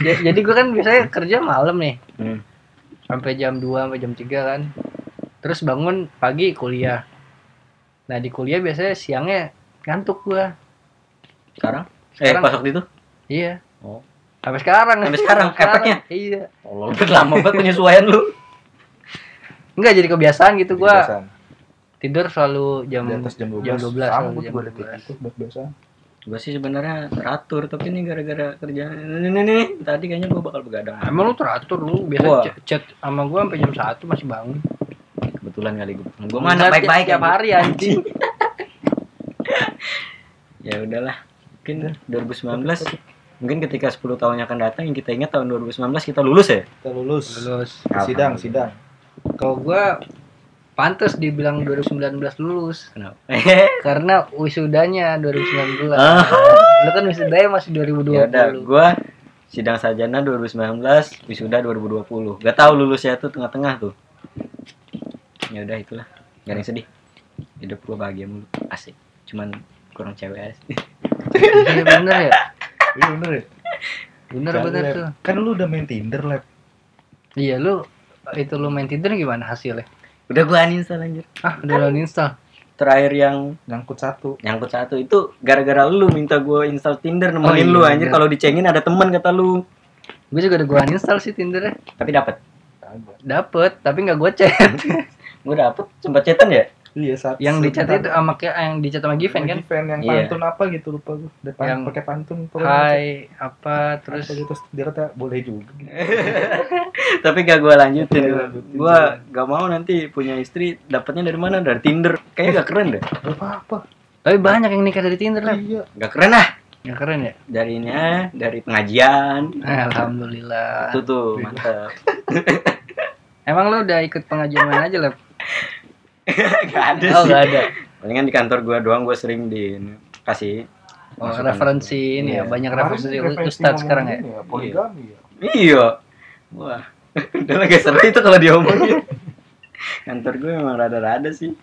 B: Ja- jadi gua kan biasanya kerja malam nih.
A: Hmm.
B: Sampai jam 2 sampai jam 3 kan. Terus bangun pagi kuliah. Nah, di kuliah biasanya siangnya ngantuk gua.
A: Sekarang? Eh,
B: Sekarang-
A: pas waktu itu?
B: Iya.
A: Oh.
B: Sampai sekarang.
A: Sampai sekarang, efeknya?
B: Iya.
A: Tolong lama banget penyesuaian lu.
B: Enggak jadi kebiasaan gitu gua.
C: Kebiasaan.
B: tidur selalu jam
C: di atas jam 12.
B: jam 12
C: Sama
B: selalu
C: gua
B: jam
C: juga ada kayak
B: 12.
C: gitu, udah biasa.
A: Gua sih sebenarnya teratur, tapi ini gara-gara kerjaan. Ini, ini, ini. Tadi kayaknya gua bakal begadang.
B: Emang lu teratur lu biasa
A: Wah.
B: chat, chat sama gua sampai jam 1 masih bangun.
A: Kebetulan kali gua. Gua mana
B: Enggak,
A: baik-baik
B: tiap
A: aja.
B: hari anjing.
A: Ya udahlah. Mungkin 2019 mungkin ketika 10 tahun yang akan datang yang kita ingat tahun 2019 kita lulus ya.
C: Kita lulus.
B: Lulus.
C: Sidang, sidang.
B: Kalau gua pantas dibilang 2019 lulus
A: Kenapa? Eh,
B: karena wisudanya 2019.
A: Ah.
B: Lu kan wisudanya masih 2020.
A: Ya udah, gua sidang sarjana 2019, wisuda 2020. Gak tahu lulusnya tuh tengah-tengah tuh. Ya udah itulah. Gak ada yang sedih. Hidup gua bahagia mulu. Asik. Cuman kurang cewek aja.
B: Iya bener ya.
C: Iya bener ya?
B: Bener
C: Jangan
B: bener
C: lab.
B: tuh.
C: Kan lu udah main Tinder, Lab.
B: Iya lu itu lu main Tinder gimana hasilnya?
A: Udah gua uninstall anjir.
B: Ah, udah lo install.
A: Terakhir yang
C: Nyangkut satu.
A: nyangkut satu itu gara-gara lu minta gua install Tinder nemenin
B: Oh, iya,
A: lu anjir
B: iya.
A: kalau dicengin ada teman kata lu.
B: Gue juga udah gua uninstall sih Tindernya.
A: Tapi dapat.
C: Kagak.
B: Dapet, tapi nggak gua chat.
A: Gua dapet sempat chatan ya?
C: Iya, satu.
B: yang dicat itu
C: sebentar.
B: sama kayak yang dicat sama Given kan
C: Event yang
A: Iya.
C: pantun apa gitu lupa gua. Udah pan-
B: Yang-
C: pakai pantun. pokoknya. gitu?
B: hai apa terus
C: Apa gitu, terus dia kata boleh juga.
A: tapi gak gue lanjutin
C: Gak lanjutin,
A: gue gak mau nanti punya istri dapatnya dari mana dari tinder kayaknya gak keren deh
C: Gak apa-apa.
B: Tapi banyak yang nikah dari Tinder lah.
C: Iya.
A: gak keren ah
B: Yang keren ya?
A: dari ini ah, dari pengajian
B: Alhamdulillah.
A: itu tuh mantep
B: Emang lo udah ikut pengajian mana aja lah?
A: gak ada Iya
B: Oh,
A: sih
B: gak ada.
A: palingan di kantor gue doang gue sering di kasih
B: Oh,
A: Masukan.
B: referensi ini ya,
A: Iya.
B: banyak
C: Kemarin
B: referensi
C: referensi
B: Ustadz sekarang ya.
C: ngomongin Poligami ya.
A: Iya. Wah. Udah lah, gak seru itu kalau diomongin. Kantor gue memang rada-rada sih.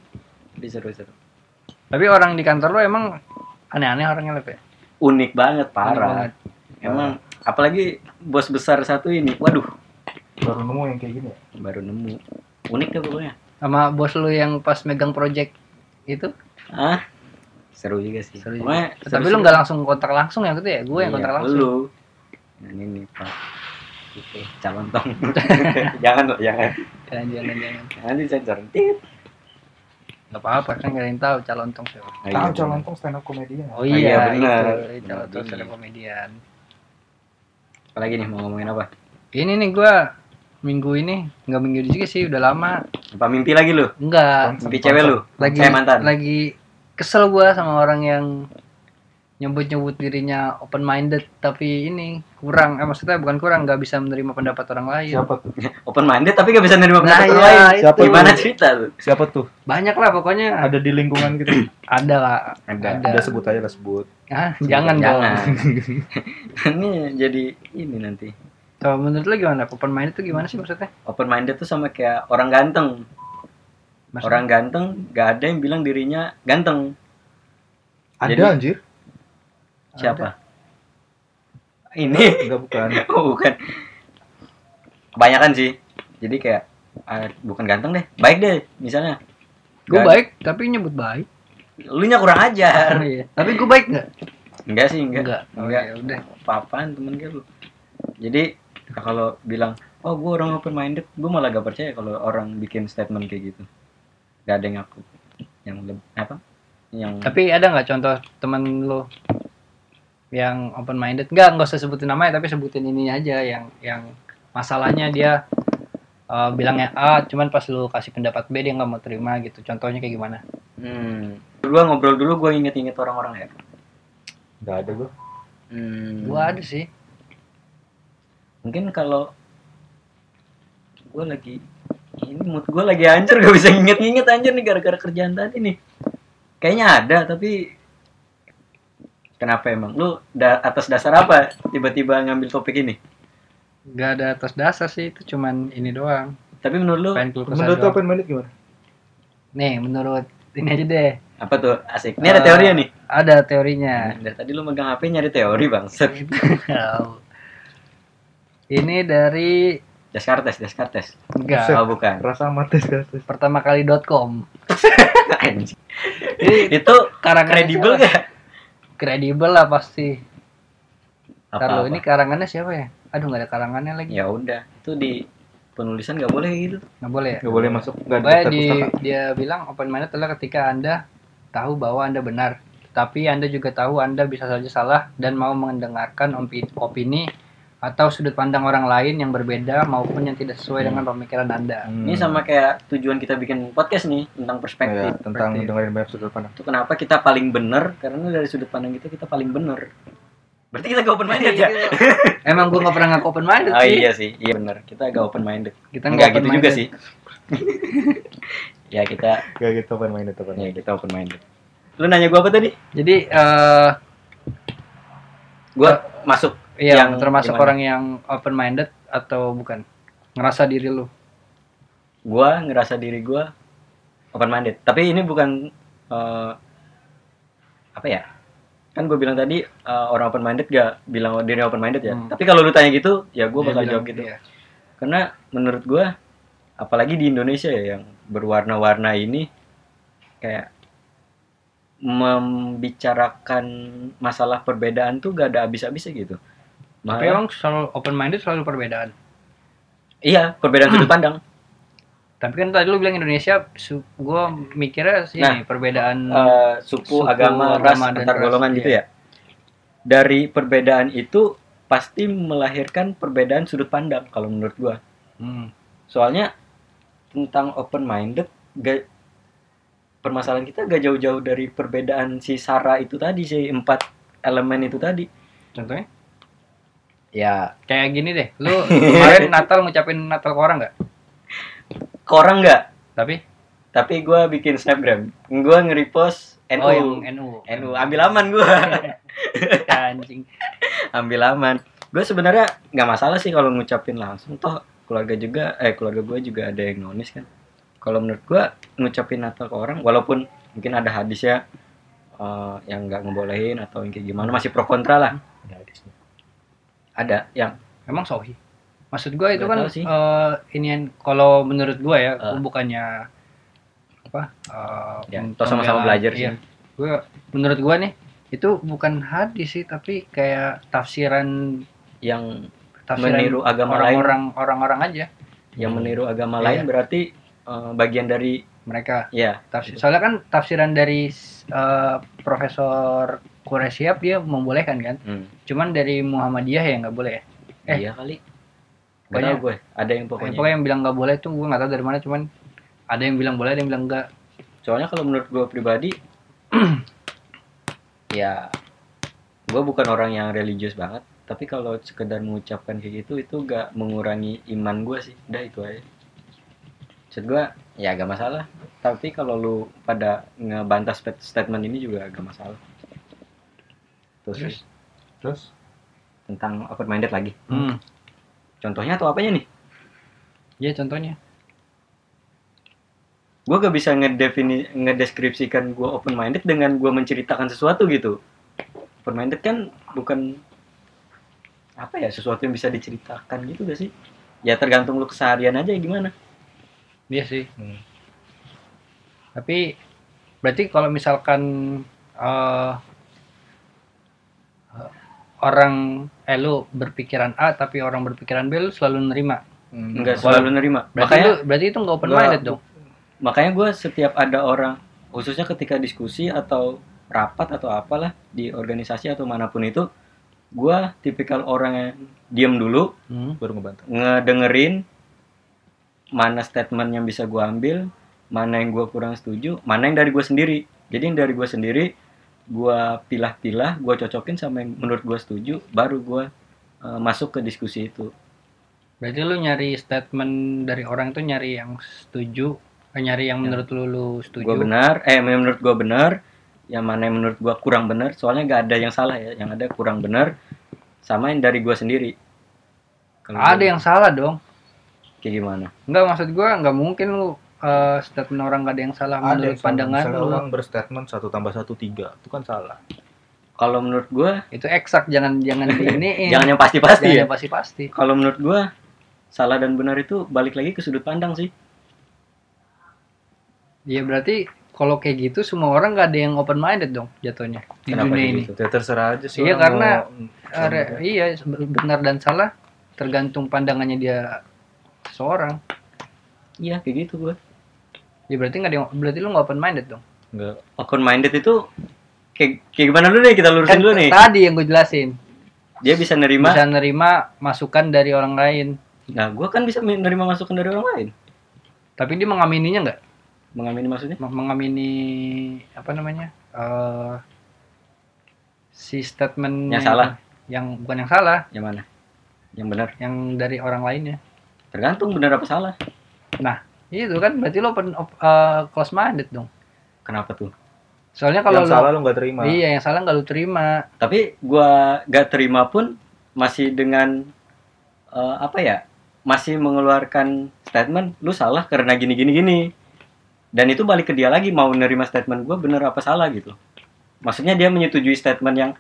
A: Tapi seru-seru.
B: Tapi orang di kantor lo emang aneh-aneh orangnya lah ya.
A: Unik banget,
B: Aneh
A: parah.
B: banget.
A: Emang apalagi bos besar satu ini. Waduh,
C: Baru nemu yang kayak gini ya.
A: baru nemu. Unik deh pokoknya.
B: Sama bos lo yang pas megang project itu.
A: Ah. Seru juga sih.
B: Seru
A: Pokoknya
B: juga. Tapi lo nggak langsung kontak langsung ya gitu ya? Gue yang kontak langsung.
A: ya? Iya, Lu. Nah, ini nih, Pak. Oke, calon tong. jangan loh, jangan.
B: Jangan jangan jangan.
A: Nanti sensor. Tit.
B: Gak apa-apa kan gak ada yang tahu calon tong siapa.
A: Ah, iya,
C: Tahu
A: bener.
C: calon tong stand up comedian.
B: Oh
A: iya,
B: iya,
A: benar.
B: itu, itu calon tong stand up comedian.
A: Apalagi nih mau ngomongin apa?
B: Ini nih gue minggu ini nggak minggu ini juga sih udah lama
A: Apa mimpi lagi lu?
B: enggak
A: Mimpi cewek lu?
B: lagi
A: Eh, mantan.
B: lagi kesel gua sama orang yang nyebut nyebut dirinya open minded tapi ini kurang eh, maksudnya bukan kurang nggak bisa menerima pendapat orang lain
C: Siapa tuh?
A: open minded tapi gak bisa nerima
B: Nah,
A: pendapat
B: iya,
A: orang lain.
B: itu.
A: Gimana cerita tuh?
C: Siapa tuh?
B: banyak lah pokoknya
C: Ada di lingkungan kita.
B: ada lah
A: Ada.
C: Ada sebut aja lah sebut.
B: Hah? jangan dong
A: ini jadi ini nanti.
B: Coba menurut lo gimana open minded itu gimana sih maksudnya
A: Open minded tuh sama kayak orang ganteng.
B: Maksudnya?
A: Orang ganteng gak ada yang bilang dirinya ganteng. Jadi-
C: Ada anjir.
A: Siapa? Ini
C: Enggak bukan.
A: Oh, bukan. Kebanyakan sih. Jadi kayak ah, bukan ganteng deh, baik deh misalnya.
B: gue
A: Gak-
B: baik tapi nyebut baik
A: Lu nya kurang
B: Oh,
A: ajar.
B: iya. tapi gue baik nggak
A: Enggak sih, enggak.
B: Enggak. Oh,
A: Enggak.
B: ya udah.
A: Apa-apaan temen gue lu. Jadi kalau bilang, oh gue orang open minded, gue malah gak percaya kalau orang bikin statement kayak gitu. Gak ada yang aku yang leb- apa? Yang
B: tapi ada nggak contoh temen lo yang open minded nggak nggak usah sebutin namanya tapi sebutin ininya aja yang yang masalahnya dia eh, bilangnya A cuman pas lu kasih pendapat B dia nggak mau terima gitu contohnya kayak gimana
A: hmm. Gua ngobrol dulu, gue inget-inget orang-orang ya.
C: Enggak ada gua.
A: Hmm.
B: gua ada sih
A: Mungkin kalau gue lagi ini mood gue lagi hancur gak bisa inget-inget anjir nih gara-gara kerjaan tadi nih. Kayaknya ada tapi kenapa emang lu da- atas dasar apa tiba-tiba ngambil topik ini?
B: nggak ada atas dasar sih itu cuman ini doang
A: Tapi menurut lu
B: pengen keluh kesah
C: Menurut
B: doang.
C: open minded gimana?
B: nih menurut ini aja deh
A: apa tuh asik? Ini ada teori ya, nih.
B: ada teorinya
A: Dari tadi lu megang HP nyari teori bang. Set.
B: ini dari
A: Descartes, Descartes.
B: enggak
A: Oh bukan.
C: Rasa mati sekarang.
B: pertama kali .com
A: Anjing.
B: ini
A: Itu
B: karangan
A: kredibel gak?
B: kredibel lah pasti Kalau
A: Apa-apa.
B: ini karangannya siapa ya? Aduh nggak ada karangannya lagi.
A: Ya udah, itu di penulisan gak boleh gitu.
B: Nggak boleh ya.
C: Enggak boleh masuk. Enggak ada
B: Pokoknya
C: daftar
B: di,
C: pustaka.
B: dia bilang open minded adalah ketika anda tahu bahwa anda benar, tapi anda juga tahu anda bisa saja salah dan mau mendengarkan ompi- opini atau sudut pandang orang lain yang berbeda maupun yang tidak sesuai dengan pemikiran anda.
C: Hmm.
A: Ini sama kayak tujuan kita bikin podcast nih tentang
C: Ya,
A: perspektif.
C: tentang
B: Perspektif.
C: dengerin banyak sudut pandang.
A: Itu kenapa kita paling bener? Karena dari sudut pandang kita kita paling bener. Berarti kita gak open minded ya?
B: Emang gua nggak pernah ngaku open minded
A: Oh
B: sih.
A: iya sih, iya bener. Kita gak open minded.
B: Kita nggak
A: Enggak gitu
B: open-minded.
A: juga sih. ya kita
C: Kayak gitu open minded
A: ya
C: open
B: Iya.
C: minded.
A: kita open minded. Lu nanya gua apa tadi?
B: Jadi eh
A: Gua masuk
B: iya,
A: Yang
B: termasuk
A: gimana?
B: orang yang open minded atau bukan? Ngerasa diri lu
A: gua ngerasa diri gua open minded tapi ini bukan eh, apa ya kan gue bilang tadi eh, orang open minded gak bilang diri open minded ya
B: Hmm.
A: tapi kalau lu tanya gitu ya gue
B: Dia
A: bakal
B: bilang,
A: jawab gitu
B: iya.
A: karena menurut gua apalagi di Indonesia ya yang berwarna-warna ini kayak membicarakan masalah perbedaan tuh gak ada habis-habisnya gitu
B: Tapi
A: Malah-
B: emang selalu open minded selalu perbedaan.
A: iya perbedaan sudut pandang
B: Tapi kan tadi lu bilang Indonesia, su- gua mikirnya sih
A: Nah,
B: ini, perbedaan
A: eh, suku,
B: Hmm. Suku,
A: agama,
B: agama,
A: ras,
B: dan
A: antar
B: ras, iya.
A: golongan gitu ya. Dari perbedaan itu pasti melahirkan perbedaan sudut pandang kalau menurut gua.
B: Hmm.
A: soalnya tentang open minded gak permasalahan kita gak jauh-jauh dari perbedaan si sara itu tadi si empat elemen itu tadi
B: Contohnya
A: ya
B: kayak gini deh. Lu kemarin Natal ngucapin Natal ke orang nggak?
A: ke orang nggak
B: Tapi
A: tapi gue bikin snapgram gue nge-repost NU
B: oh yang NU.
A: NU ambil aman gue
B: Anjing.
A: ambil aman gue sebenarnya nggak masalah sih kalau ngucapin langsung toh keluarga juga eh keluarga gue juga ada yang nonis kan kalau menurut gue ngucapin Natal ke orang walaupun mungkin ada hadisnya eh, yang nggak ngebolehin atau yang kayak gimana masih pro kontra lah ada yang
B: Emang sohi. Maksud gua itu
A: Nggak
B: kan
A: tahu sih.
B: eh ini kalau menurut gua ya,
A: Ah.
B: gua bukannya apa? eh,
A: Ya, toh sama-sama
B: pembelaan.
A: belajar sih.
B: Iya. Gua menurut gua nih itu bukan hadis sih tapi kayak tafsiran
A: yang
B: tafsiran
A: meniru agama lain
B: orang-orang orang-orang aja
A: yang meniru agama
B: Iya.
A: lain berarti eh, bagian dari
B: mereka
A: ya
B: tafsir soalnya kan tafsiran dari eh, Profesor Quraisyab dia membolehkan kan
A: hmm,
B: cuman dari Muhammadiyah ya nggak boleh ya Eh.
A: iya kali Gak
B: Pokoknya-
A: tau gue ada yang
B: pokoknya,
A: pokoknya gitu.
B: yang bilang nggak boleh tuh gue nggak tahu dari mana cuman ada yang bilang boleh ada yang bilang enggak
A: soalnya kalau menurut gue pribadi ya gue bukan orang yang religius banget tapi kalau sekedar mengucapkan kayak gitu itu gak mengurangi iman gue sih udah itu aja maksud gue ya gak masalah tapi kalau lu pada ngebantah stat- statement ini juga gak masalah terus
B: Terus?
A: sih,
C: Terus?
A: tentang open minded lagi
B: hmm.
A: contohnya atau apanya nih
B: ya contohnya
A: gue gak bisa ngedefini ngedeskripsikan gue open minded dengan gue menceritakan sesuatu gitu open minded kan bukan apa ya sesuatu yang bisa diceritakan gitu gak sih ya tergantung lu keseharian aja gimana
B: dia Iya sih
A: Hmm.
B: tapi berarti kalau misalkan eh orang eh lu berpikiran A tapi orang berpikiran B lu selalu nerima
A: nggak
B: Hmm. Kalau-
A: selalu nerima
B: berarti
A: makanya
B: lu- berarti itu nggak open
A: Nggak-
B: minded dong
A: makanya gue setiap ada orang khususnya ketika diskusi atau rapat atau apalah di organisasi atau manapun itu gue tipikal orang yang diem dulu
B: Hmm.
C: Baru ngebantah.
A: ngedengerin mana statement yang bisa gua ambil, mana yang gua kurang setuju, mana yang dari gua sendiri. Jadi yang dari gua sendiri, gua pilah-pilah, gua cocokin sama yang menurut gua setuju, baru gua eh, masuk ke diskusi itu.
B: Berarti lu nyari statement dari orang tuh nyari yang setuju, eh, nyari yang
A: Ya.
B: menurut lu lu setuju.
A: Gua benar, eh yang menurut gua benar, yang mana yang menurut gua kurang benar, soalnya gak ada yang salah ya, yang ada kurang benar sama yang dari gua sendiri. Kalau
B: Ada
A: gua-
B: yang salah dong.
A: kayak gimana?
B: Enggak maksud gua nggak mungkin lu eh, statement orang nggak ada yang salah menurut
C: sama-
B: pandangan
C: misalnya
B: lu.
C: orang berstatement satu tambah satu tiga itu kan salah.
A: Kalau menurut gua
B: Itu eksak jangan jangan di iniin.
A: jangan yang pasti-pasti ya.
B: pasti pasti.
A: kalau menurut gua salah dan benar itu balik lagi ke sudut pandang sih
B: Ya berarti kalau kayak gitu semua orang nggak ada yang open minded dong jatuhnya di dunia
A: jadi
B: ini.
A: gitu?
C: Ya terserah aja sih.
B: Iya,
C: orang
B: karena
C: mau-
B: Eh, re- iya benar dan salah tergantung pandangannya dia seorang.
A: iya kayak gitu gua
B: Ya berarti nggak ada yang, berarti lu nggak open minded dong.
C: nggak
A: open minded itu kayak, kayak gimana dulu nih kita lurusin
B: Kan
A: dulu nih
B: tadi yang gue jelasin.
A: dia bisa nerima
B: bisa nerima masukan dari orang lain
A: nah gua kan bisa menerima masukan dari orang lain
B: tapi dia mengamininya nggak
A: mengamini maksudnya
B: Meng- mengamini apa namanya eh si statement
A: Yang salah.
B: yang bukan yang salah
A: yang mana yang benar
B: yang dari orang lainnya
A: tergantung benar apa salah
B: itu kan berarti lo open op- eh, close minded dong
A: kenapa tuh
B: soalnya kalau
C: Kalau yang
B: lo
C: salah lu nggak terima.
B: iya yang salah nggak lo terima
A: tapi gua gak terima pun masih dengan eh, apa ya masih mengeluarkan statement lu salah karena gini gini gini dan itu balik ke dia lagi mau nerima statement gua bener apa salah gitu maksudnya dia menyetujui statement yang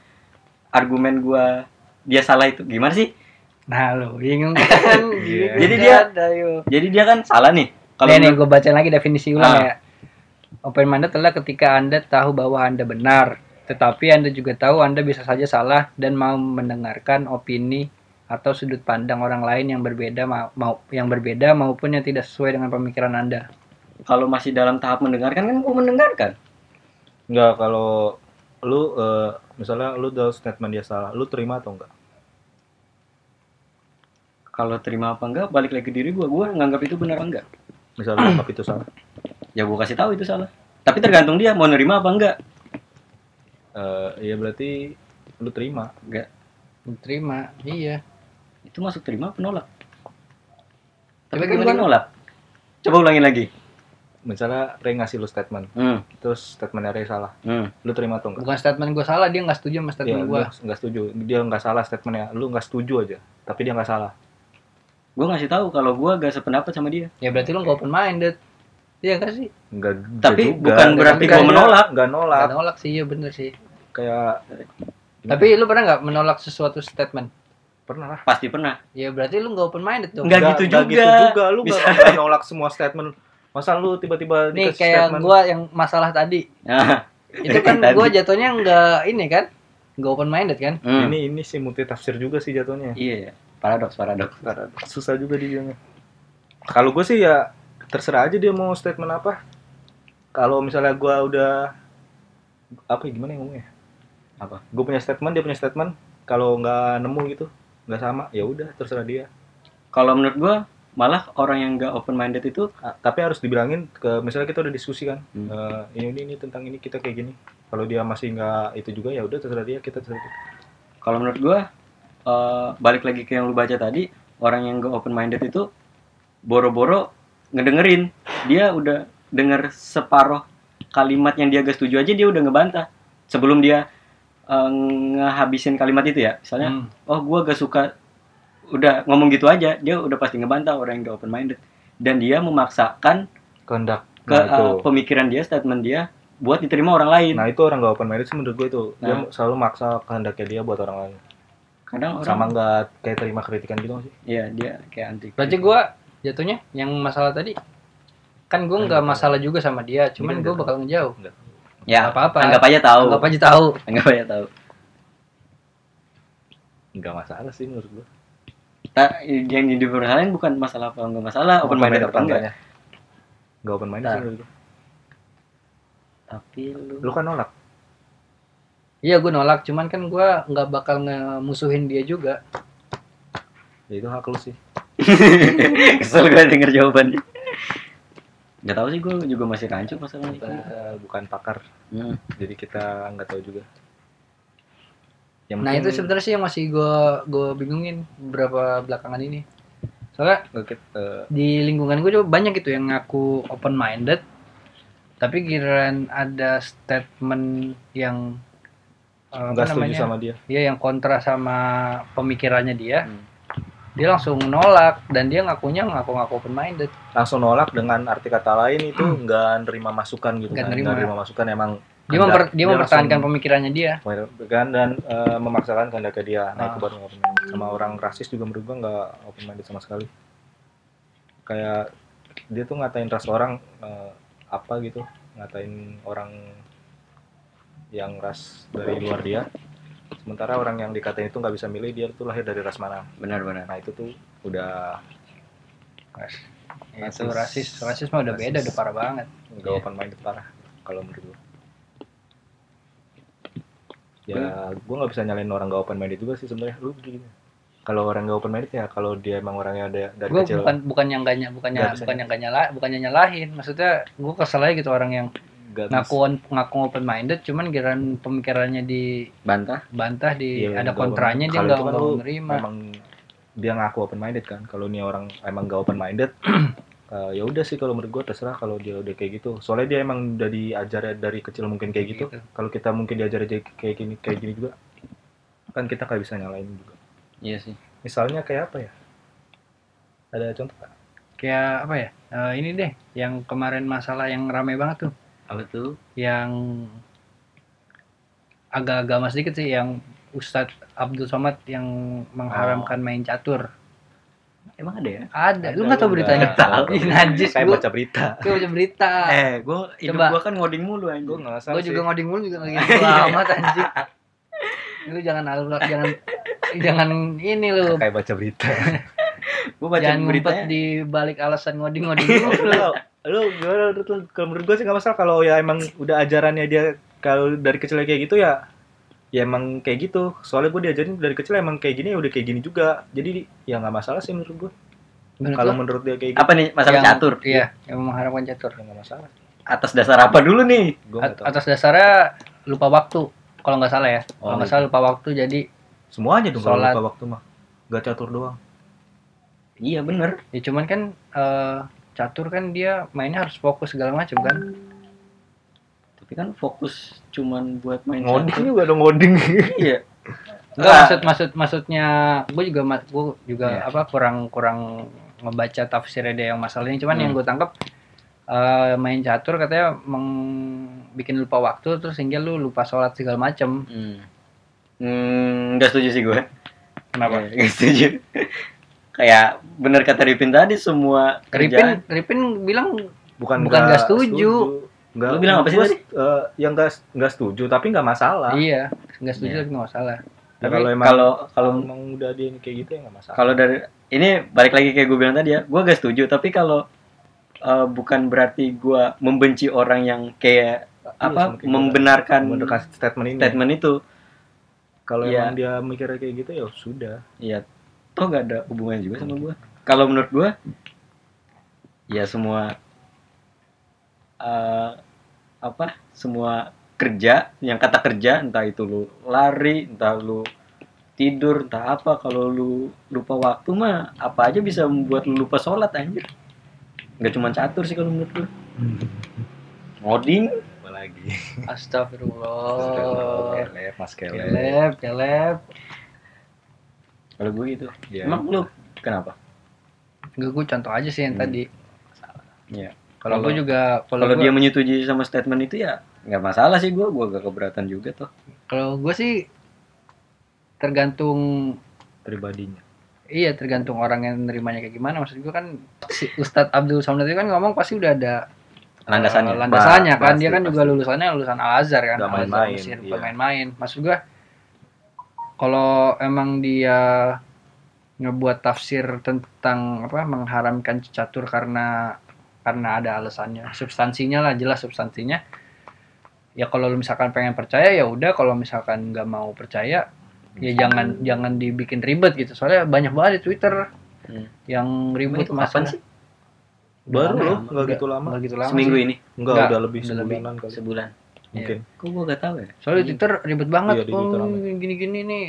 A: argumen gua dia salah itu gimana sih
B: nah lo bingung kan
C: Iya.
A: Jadi dia-
B: ayo
A: jadi dia kan salah nih
B: kalau
A: kalau
B: nih,
A: menurut-
B: gue baca lagi definisi ulang
A: Ah.
B: ya. Open minded adalah ketika Anda tahu bahwa Anda benar, tetapi Anda juga tahu Anda bisa saja salah dan mau mendengarkan opini atau sudut pandang orang lain yang berbeda ma- mau yang berbeda maupun yang tidak sesuai dengan pemikiran Anda.
A: kalau masih dalam tahap mendengarkan kan gua mendengarkan
C: Nggak kalau lu eh, misalnya lu udah statement dia salah, lu terima atau enggak?
A: kalau terima apa enggak balik lagi ke diri gue gue nganggap itu benar apa enggak
C: misalnya anggap itu salah
A: ya gue kasih tahu itu salah tapi tergantung dia mau nerima apa enggak
C: Eh, ya berarti lu terima
A: enggak
B: terima iya
A: itu masuk terima apa nolak tapi
B: Tapi
A: kan
B: kan
A: bukan
B: gua-
A: nolak coba ulangin lagi
C: misalnya Ray ngasih lu statement
A: hmm,
C: terus statementnya Ray salah
A: hmm.
C: lu terima atau enggak
B: bukan statement gue salah dia nggak setuju sama
C: Iya,
B: statement
C: lu
B: gue
C: nggak setuju dia nggak salah statementnya lu nggak setuju aja tapi dia nggak salah
A: gue ngasih tahu kalau gue gak sependapat sama dia
B: ya berarti lu nggak open minded iya nggak sih
C: nggak
A: Tapi
C: juga.
A: bukan berarti
C: Tapi
A: gua
C: dia
A: menolak.
C: nggak nolak
B: nggak nolak sih iya bener sih
C: kayak
B: tapi lu pernah nggak menolak sesuatu statement
C: pernah lah
A: pasti pernah
B: ya berarti lu nggak open minded dong
A: Nggak gitu juga.
C: lu nggak
A: Bisa.
C: nggak nolak semua statement masa lu tiba-tiba
B: nih
C: dikasih
B: kayak
C: statement
B: gue yang masalah tadi
A: Nah,
B: itu kan
A: Tadi.
B: gue jatuhnya nggak ini kan nggak open minded kan
A: hmm.
C: ini ini sih multi tafsir juga sih jatuhnya
A: iya iya. paradoks paradoks
C: susah juga dibilangnya kalau gue sih ya terserah aja dia mau statement apa kalau misalnya gue udah apa ya, gimana ya ngomongnya
A: Apa?
C: gue punya statement dia punya statement kalau nggak nemu gitu nggak sama ya udah terserah dia
A: kalau menurut gue malah orang yang gak open minded itu
C: Ah, tapi harus dibilangin ke misalnya kita udah diskusi kan
A: Hmm.
C: Eh, ini, ini ini tentang ini kita kayak gini kalau dia masih nggak itu juga ya udah terserah dia kita terserah dia.
A: kalau menurut gue balik lagi ke yang lu baca tadi orang yang gak open minded itu boro-boro ngedengerin dia udah denger separoh kalimat yang dia gak setuju aja dia udah ngebantah sebelum dia eh, ngehabisin kalimat itu ya misalnya
B: Hmm.
A: oh gue gak suka udah ngomong gitu aja dia udah pasti ngebantah orang yang gak open minded dan dia memaksakan
C: kehendak
A: ke
C: Nah, itu.
A: eh, pemikiran dia statement dia buat diterima orang lain
C: Nah itu orang gak open marriage menurut gue itu dia
A: Nah.
C: selalu maksa kehendaknya dia buat orang lain.
A: kadang orang
C: Sama nggak kayak terima kritikan gitu nggak sih?
A: iya dia kayak anti
B: berarti gue jatuhnya yang masalah tadi kan gue nggak masalah juga sama dia cuman
C: Ini
B: gue
C: udah-
B: bakal ngejauh
A: Iya, ya
B: nggak apa-apa.
A: anggap aja tahu
B: anggap aja tahu
A: anggap aja tahu
C: Nggak masalah sih menurut gue.
A: Ta- yang dipermasalahin bukan masalah apa enggak masalah open minded apa enggak
C: Gak open minded
A: Nah.
C: sih menurut gue.
A: tapi lu
C: Lu kan nolak.
B: iya gue nolak cuman kan gue nggak bakal ngemusuhin dia juga
C: Ya itu hak lu sih.
A: kesel gue denger jawabannya nggak tahu sih gue juga masih rancu masalah
B: Iya.
C: Kita
A: itu
C: bukan pakar,
A: Hmm.
C: jadi kita nggak tahu juga. Ya Yang
B: nah itu
C: penting-
B: sebenarnya sih yang masih gue gue bingungin beberapa belakangan ini soalnya
C: Oke, eh,
B: di lingkungan gue juga banyak gitu yang ngaku open minded tapi giliran ada statement yang eh,
C: nggak
B: apa
C: setuju
B: namanya
C: sama dia.
B: dia yang kontra sama pemikirannya dia
A: Hmm.
B: dia langsung nolak dan dia ngakunya ngaku-ngaku open minded
C: Langsung nolak dengan arti kata lain itu nggak nerima masukan gitu.
B: Hmm. Nggak
C: kan.
B: nerima.
C: masukan emang.
B: dia, memper-
C: kehendak-
B: dia mempertahankan
C: langsung-
B: pemikirannya dia
C: kan dan eh, memaksakan kehendaknya dia nah itu
B: Ah.
C: baru nggak open minded sama orang rasis juga menurut gua nggak open minded sama sekali kayak dia tuh ngatain ras orang eh, apa gitu ngatain orang yang ras dari luar dia sementara orang yang dikatain itu nggak bisa milih dia tuh lahir dari ras mana
A: benar-benar
C: nah itu tuh udah
B: Ya, itu rasis rasis mah udah beda
C: Rasis.
B: udah parah banget
C: nggak
A: Iya.
C: open minded parah kalau menurut gua ya gua nggak bisa nyalain orang nggak open minded juga sih sebenarnya lu gini kalau orang nggak open minded ya kalau dia emang orangnya ada dari
B: gue
C: kecil
B: bukan bukan yang gak ny- bukannya
C: Nggak bisa
B: bukan yang gak nyala bukannya nyalahin maksudnya gue kesel aja gitu orang yang
C: nggak bisa-
B: ngakuan ngaku open minded cuman giliran pemikirannya di
A: bantah
B: bantah di
C: Iya,
B: ada
C: nggak
B: kontranya
C: open-
B: dia
C: kalau
B: nggak
C: itu kan
B: mau
C: lu
B: nerima
C: emang dia ngaku open minded kan kalau ini orang emang nggak open minded eh, ya udah sih kalau menurut gua terserah kalau dia udah kayak gitu soalnya dia emang udah diajar dari kecil mungkin kayak gitu
B: Gitu.
C: kalau kita mungkin diajar aja kayak gini kayak gini juga kan kita nggak bisa nyalain juga
A: iya sih
C: misalnya kayak apa ya ada contoh nggak?
B: kayak apa ya Eh, ini deh yang kemarin masalah yang rame banget tuh
A: apa tuh
B: yang agak agama sedikit sih yang Ustadz Abdul Somad yang mengharamkan main catur
A: emang ada ya
B: ada, lu nggak
C: Oh. Ada,
B: tahu beritanya
C: nggak tahu.
B: Ih, najis
C: saya
B: gua
C: baca berita
B: gua baca berita
A: eh gue hidup
B: Coba.
A: gue kan ngoding mulu
C: gue
A: anjing
C: ngerasa
B: gue juga
C: sih
B: ngoding mulu juga lagi lama anjing lu jangan alur jangan jangan ini lu
C: kayak baca ya. berita
A: gue baca ya.
B: jangan ngumpet
A: beritanya
B: di balik alasan ngoding ngoding dulu
C: lu lu gimana menurut lu? kalau menurut gue sih nggak masalah kalau ya emang udah ajarannya dia kalau dari kecil kayak gitu ya ya emang kayak gitu soalnya gue diajarin dari kecil emang kayak gini ya udah kayak gini juga jadi ya nggak masalah sih menurut gue
B: Menurut
C: kalau
B: lo?
C: menurut dia kayak gitu
A: Apa nih masalah
B: Yang-
A: catur?
B: Iya, yang mengharapkan catur.
C: ya nggak masalah
A: Atas dasar apa dulu nih?
C: gue
B: At-
C: nggak tahu
B: atas dasarnya lupa waktu kalau nggak salah ya. kalau
C: Oh,
B: nggak
C: iya.
B: salah lupa waktu jadi
C: semuanya dong kalau
B: Sholat.
C: lupa waktu mah gak catur doang
A: Iya bener.
B: ya cuman kan eh, catur kan dia mainnya harus fokus segala macam kan.
A: Tapi kan fokus cuman buat main
C: ngoding
A: catur.
C: juga dong ngoding
A: Iya.
B: Enggak
A: Lah.
B: maksud maksud maksudnya gue juga ma- gua juga
C: Iya.
B: apa kurang kurang membaca tafsirnya dia yang masalah ini cuman
A: Hmm.
B: yang gue tangkap eh, main catur katanya meng- bikin lupa waktu terus sehingga lu lupa sholat segala macem
A: Hmm. Hmm, gak setuju sih gue.
B: kenapa
A: Gak setuju. Kayak bener kata Ripin tadi semua kerjaan.
B: Ripin Ripin bilang
C: bukan
B: Bukan nggak setuju.
C: Nggak-
A: Lu bilang apa sih
C: gua,
A: tadi?
C: eh, yang nggak nggak setuju tapi nggak masalah
B: iya nggak setuju
A: Iya.
B: tapi nggak masalah
C: Ya,
A: Tapi
C: kalau emang
A: kalau
C: kalau
A: kalau
C: emang udah dia kayak gitu ya nggak masalah
A: kalau dari ini balik lagi kayak gue bilang tadi ya, gue gak setuju. Tapi kalau eh, bukan berarti gue membenci orang yang kayak
C: Iya,
A: apa membenarkan
C: gitu. membenarkan statement ini
A: statement itu.
C: kalau
A: Iya.
C: emang dia mikirnya kayak gitu ya sudah
A: Iya, toh gak ada hubungan juga sama gue. Kalau menurut gue, ya semua eh, apa semua kerja yang kata kerja entah itu lu lari entah lu tidur entah apa kalau lu lupa waktu mah apa aja bisa membuat lu lupa sholat anjir nggak cuma catur sih kalau menurut gue ngoding
C: apa lagi
A: Oh.
B: astagfirullah
C: kelep mas kelep
B: kelep kelep
A: kalau gue gitu
B: Iya.
C: Ya,
A: emang lu kenapa
B: nggak gue contoh aja sih yang
C: Hmm.
B: tadi
A: Iya.
B: kalau
A: Kalau-
B: gue juga kalau
A: kalau
B: gua-
A: dia menyetujui sama statement itu ya nggak masalah sih gue gue gak keberatan juga toh
B: kalau gue sih tergantung
C: pribadinya
B: Iya tergantung orang yang nerimanya kayak gimana maksud gua kan si Ustadz Abdul Somad itu kan ngomong pasti udah ada
A: landasannya
B: eh, landasannya
C: Ba-
B: kan
C: pasti,
B: dia kan juga
C: pasti.
B: lulusannya lulusan Al Azhar kan
C: Nggak
B: Al-Azhar
C: main-main,
B: Mesir,
C: iya.
B: bukan main-main maksud gua kalau emang dia ngebuat tafsir tentang apa mengharamkan catur karena karena ada alasannya substansinya lah jelas substansinya ya kalau lu misalkan pengen percaya ya udah kalau misalkan nggak mau percaya ya jangan jangan dibikin ribet gitu soalnya banyak banget di Twitter
A: Hmm.
B: yang
A: itu
B: ribut
A: kapan sih
C: baru
A: Lama, ya?
C: loh
A: lama.
C: nggak gitu lama
B: Nggak gitu lama
A: seminggu ini
C: nggak
B: Nggak,
C: udah lebih
B: udah lebih.
C: sebulanan kali
A: sebulan
C: mungkin
A: kok gua gak tahu ya
B: Soalnya di Twitter ribet banget.
C: Iya, di
B: oh,
C: Twitter rame.
B: gini-gini nih.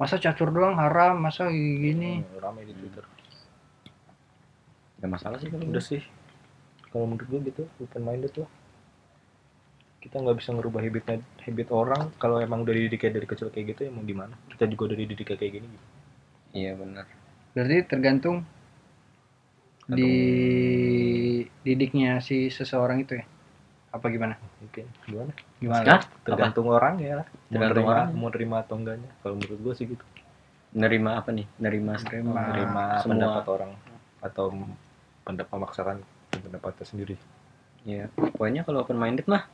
B: Masa catur doang haram, masa gini.
C: Hmm, ramai di twitter
A: gak masalah sih kalau
C: udah sih kalau menurut gue gitu open minded lah kita nggak bisa ngerubah habitnya habit orang kalau emang udah dididik kayak dari kecil kayak gitu ya mau gimana kita juga udah dididik kayak gini gitu.
A: iya benar
B: Berarti tergantung di didiknya si seseorang itu ya. Apa gimana?
C: mungkin gimana
B: Gimana?
C: tergantung orangnya lah mau
A: Tergantung
C: nerima-
A: orangnya.
C: mau nerima atau enggaknya kalau menurut gue sih gitu
A: nerima apa nih nerima
B: Nerima.
C: nerima
A: Ah, semua
C: pendapat orang atau pendapat memaksakan pendapatnya sendiri
A: Iya. pokoknya kalau open minded mah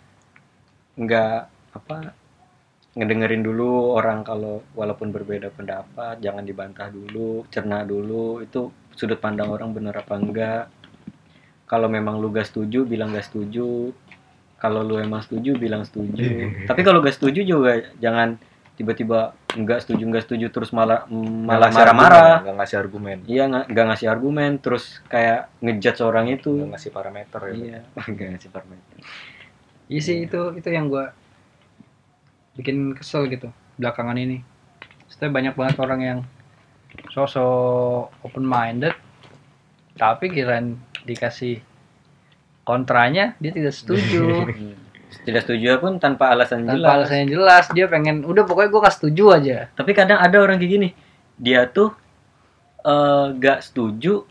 A: nggak apa ngedengerin dulu orang kalau walaupun berbeda pendapat jangan dibantah dulu cerna dulu itu sudut pandang orang bener apa enggak kalau memang lu gak setuju bilang gak setuju kalau lu emang setuju bilang setuju tapi kalau gak setuju juga jangan tiba-tiba nggak setuju nggak setuju terus malah malah
C: Nggak ngasih
A: marah-marah
C: argumen, nggak ngasih argumen
A: Iya nggak nggak ngasih argumen, terus kayak ngejudge orang
C: nggak
A: itu.
C: ngasih parameter ya
A: Iya, nggak ngasih argumen.
B: Iya sih itu itu yang gua bikin kesel gitu belakangan ini. Setelah banyak banget orang yang sosok open minded tapi kirain dikasih kontranya dia tidak setuju.
A: Tidak setuju pun tanpa alasan
B: tanpa
A: jelas.
B: alasan yang jelas dia pengen udah pokoknya gue gak setuju aja
A: Tapi kadang ada orang kayak gini, dia tuh eh, nggak setuju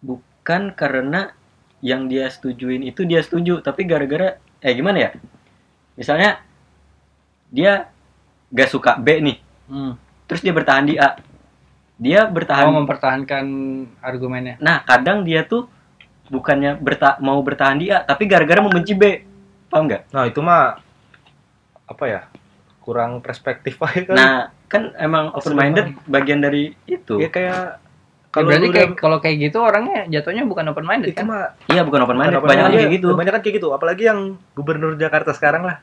A: bukan karena yang dia setujuin itu dia setuju, tapi gara-gara eh gimana ya? Misalnya dia nggak suka B nih,
C: Hmm.
A: terus dia bertahan di A. Dia bertahan
B: mau mempertahankan argumennya Ya,
A: Nah, kadang dia tuh bukannya berta mau bertahan di A, tapi gara-gara membenci B. Paham nggak?
C: nah itu mah apa ya kurang perspektif aja kan
A: Nah, kan emang open minded bagian dari itu.
B: Iya,
C: ya kayak
B: kalau berarti
C: lu
B: kayak
C: udah-
B: kalau kayak gitu orangnya jatuhnya bukan open minded
C: itu
B: kan
C: mah
A: Iya, bukan open minded,
C: Kenapa
A: banyak
C: namanya?
A: kayak gitu.
C: Kebanyakan kayak gitu, apalagi yang gubernur Jakarta sekarang lah.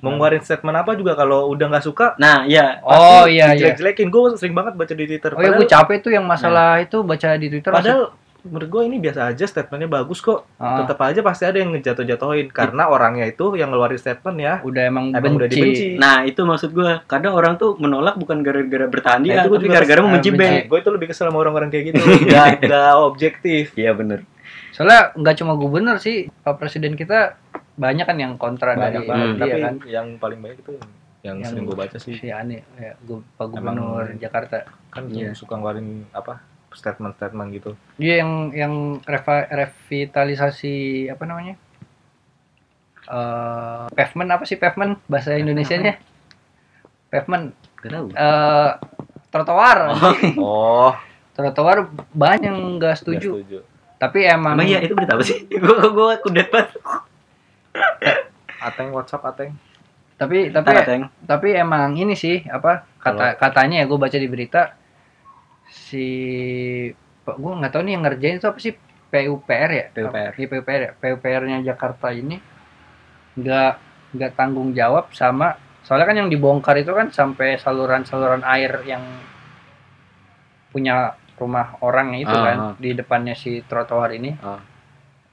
C: mau ngeluarin statement apa juga kalau udah nggak suka
A: Nah, iya.
B: Oh iya iya.
C: jelek-jelekin gue sering banget baca di twitter
B: Oh iya gue capek tuh yang masalah itu baca di Twitter.
C: Nah. padahal menurut gue ini biasa aja statementnya bagus kok
B: Ah,
C: tetap aja pasti ada yang ngejatuh-jatuhin karena orangnya itu yang ngeluarin statement ya
B: udah emang, benci.
C: emang udah dibenci
A: Nah, itu maksud gua. Kadang orang tuh menolak bukan gara-gara bertahan dia,
C: Nah, itu gua
A: tapi
C: juga
A: gara-gara
B: kesel.
A: membenci
B: Ah,
A: band.
B: benci.
C: gue itu lebih kesel sama orang-orang kayak gitu nggak nggak objektif
A: Iya, bener.
B: Soalnya nggak cuma gubernur sih, Pak Presiden kita banyak kan yang kontra
C: banyak
B: dari
C: banget
A: Hmm.
B: dia
C: tapi
B: kan.
C: yang paling banyak itu yang,
B: Yang-
C: sering gue baca sih
B: Si Ani, ya, gu- Pak
C: Emang-
B: Gubernur Jakarta.
C: kan
A: Iya.
C: suka ngeluarin apa statement-statement gitu
B: Dia yang yang reva- revitalisasi apa namanya? Eh pavement apa sih pavement bahasa Indonesianya? Pavement
A: Gak tau.
B: eh trotoar.
C: oh
B: Trotoar banyak yang nggak setuju.
C: setuju
B: Tapi emang
A: Emang iya, itu berita apa sih? gua gua kudet banget.
C: ateng WhatsApp ateng
B: tapi tapi
A: Ntar, Teng.
B: tapi emang ini sih apa kata katanya ya gue baca di berita si gue nggak tahu nih yang ngerjain itu apa sih PUPR ya
C: PUPR.
B: Iya, PUPR ya PUPR-nya Jakarta ini nggak nggak tanggung jawab sama soalnya kan yang dibongkar itu kan sampai saluran-saluran air yang punya rumah orang itu
A: Ah,
B: kan
A: ah.
B: di depannya si trotoar ini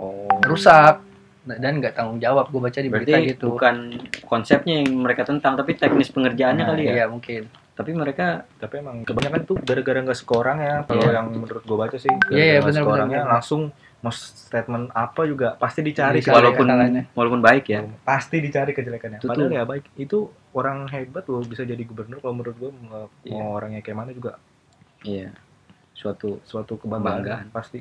C: oh
B: rusak dan nggak tanggung jawab gue baca di berita
A: Berarti
B: gitu
A: bukan konsepnya yang mereka tentang, tapi teknis pengerjaannya
C: Nah,
A: kali ya.
B: iya mungkin
A: Tapi mereka
C: tapi emang kebanyakan tuh gara-gara nggak suka orangnya kalau
A: Iya.
C: yang menurut gue baca sih gara-gara
B: Iya, iya,
C: nggak
B: benar,
C: suka
B: benar,
C: orangnya
B: benar.
C: langsung mau statement apa juga pasti dicari
B: Dicari.
C: walaupun
A: Iya, walaupun
B: kata lainnya.
A: walaupun baik ya.
C: pasti dicari kejelekannya
A: Itu
C: padahal
A: tuh.
C: ya baik itu orang hebat loh bisa jadi gubernur kalau menurut gue mau
A: Iya.
C: mau orangnya kayak mana juga
A: Iya. Suatu
C: suatu kebanggaan
A: Kebanggaan.
C: pasti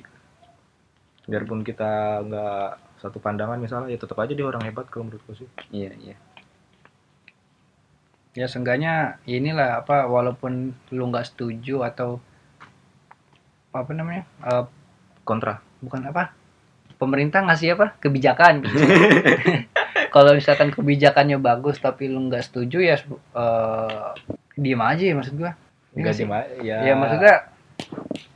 C: biarpun kita nggak satu pandangan misalnya ya tetap aja dia orang hebat kalau menurut gue sih
A: iya iya.
B: ya seenggaknya inilah apa walaupun lu nggak setuju atau apa namanya eh,
C: kontra
B: bukan apa pemerintah ngasih apa kebijakan kalau misalkan kebijakannya bagus tapi lu nggak setuju ya eh diem aja ya maksud gua Iya
C: enggak sih
B: sih.
C: Ma. ya,
B: ya maksudnya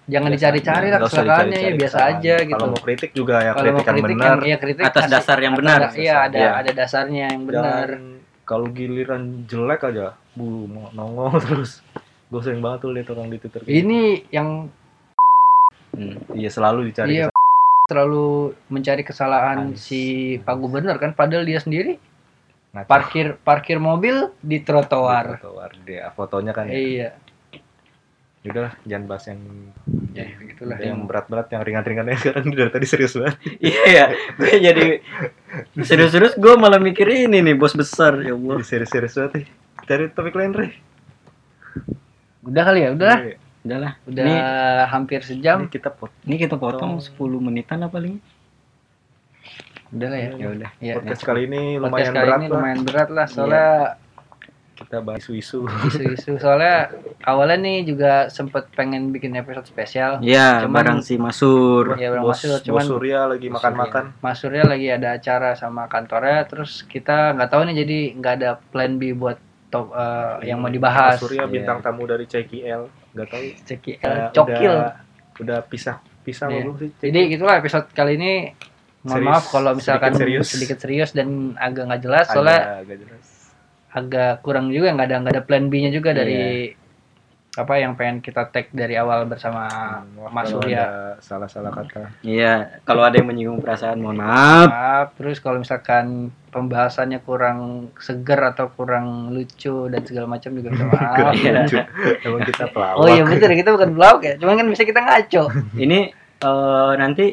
B: jangan
C: biasa.
B: dicari-cari lah
C: Nggak usah
B: keserakaannya ya
C: dicari-cari
B: biasa
C: kesalahan.
B: aja gitu
C: kalau mau kritik juga ya
B: kalau mau
C: kritik yang
B: kritik
C: benar
B: yang- ya kritik
A: Atas
B: kasih-
A: dasar yang
B: atas
A: benar.
B: da- iya ada
A: Iya.
B: ada dasarnya
C: Ya.
B: yang benar
C: Jangan kalau giliran jelek aja bu mau nongol terus gue sering banget tuh lihat orang di twitter kayak
B: ini yang
A: Hmm.
C: gitu. iya selalu dicari
B: Iya. terlalu mencari kesalahan
C: Anies.
B: si Pak Gubernur kan padahal dia sendiri
C: Ngaco.
B: parkir parkir mobil di trotoar.
C: Tawar dia fotonya kan ya.
B: Iya,
C: Yaudah lah, jangan bahas yang
A: Ya,
B: itulah
C: yang
B: yang
C: berat-berat, yang ringan-ringannya sekarang dari tadi serius banget.
A: Iya ya. Gue jadi serius-serius gue malah mikir ini nih bos besar ya Allah.
C: Jadi serius-serius banget. nih. Cari topik lain, Re.
B: udah kali ya, udah.
C: Iya.
A: Udah lah.
B: Udah
A: Ini-
B: hampir
C: Ini
B: sejam.
C: kita pot-
A: Ini kita potong 10 menitan apa paling?
B: Udah lah ya.
A: Ya udah.
B: Ya.
C: podcast kali ini
B: Podcast
C: lumayan
B: kali
C: berat
B: ini
C: lah. Iya.
B: lumayan berat lah soalnya
C: Kita bahas isu-isu.
B: isu-isu soalnya awalnya nih juga sempet pengen bikin episode spesial.
A: Ya,
B: Cuman-
A: barang si Masur.
B: Ya, orang
C: Iya, bos,
B: masuk,
C: bos
B: cuman-
C: Surya lagi makan-makan.
B: Mas Surya lagi ada acara sama kantornya terus kita nggak tahu nih jadi nggak ada plan B buat top, eh, yang mau dibahas.
C: Bos Surya
A: Iya.
C: bintang tamu dari CKL. Gak tahu.
B: Ceki kan
C: Ya,
B: cokil.
C: Udah, udah pisah pisah
B: Iya.
C: apa belum sih? Cek?
B: Jadi itulah episode kali ini. Mohon
C: Serius,
B: maaf kalau misalkan
C: sedikit
B: sedikit
C: serius.
B: serius. dan agak nggak jelas soalnya
C: Agak- agak jelas.
B: agak kurang juga nggak ada nggak ada plan B-nya
C: Iya.
B: juga dari apa yang pengen kita tag dari awal bersama Ah, Mas
C: Kalau
B: Surya. Ah,
C: ada salah-salah kata.
A: Iya, kalau ada yang menyinggung perasaan mohon maaf.
B: Maaf. Terus kalau misalkan pembahasannya kurang seger atau kurang lucu dan segala macam juga minta maaf.
A: Iya.
C: Lucu. Emang kita pelawak.
B: Oh iya betul kita bukan vlog ya, cuman kan bisa kita ngaco.
A: Ini eh, nanti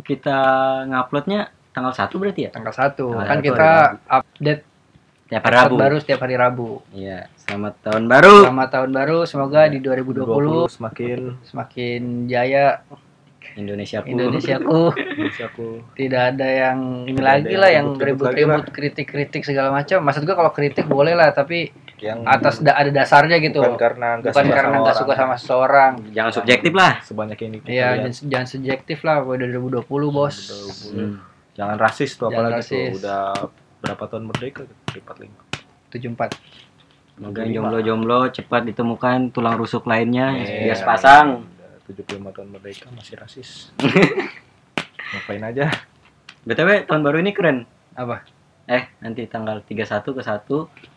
A: kita nguploadnya tanggal 1 berarti ya?
B: Tanggal satu
A: Tanggal
B: kan
A: satu
B: kita
A: hari
B: update
A: Tiap hari
B: episode
A: Rabu.
B: baru setiap hari Rabu.
A: Iya, selamat tahun baru.
B: Selamat tahun baru, semoga di 2020
C: 20 semakin
B: semakin jaya
A: Indonesia ku.
B: Indonesiaku
C: bisa aku
B: tidak ada yang ini
C: Tidak
B: lagi
C: ada
B: lah yang
C: yang ribut-ribut lagi
B: ribut-ribut kritik-kritik segala macam maksud gua kalau kritik boleh lah tapi
C: yang
B: atas da- ada dasarnya gitu
C: bukan
B: bukan
C: karena nggak suka
B: karena
C: sama
B: nggak
C: orang.
B: suka sama seseorang
A: Jangan subjektif lah.
C: sebanyak ini kita
B: ya
C: lihat.
B: jangan, jangan subjektif lah gua udah 2020 bos
C: 2020.
A: Hmm.
C: jangan rasis tuh
B: Jangan
C: apalagi
B: rasis.
C: tuh udah berapa tahun merdeka lipat lima
B: 74
A: Semoga yang jomblo-jomblo cepat ditemukan tulang rusuk lainnya
C: Iya.
A: biar sepasang.
C: tujuh puluh lima tahun merdeka masih rasis ngapain aja
A: BTW tahun baru ini keren.
B: Apa?
A: eh nanti tanggal 31 ke 1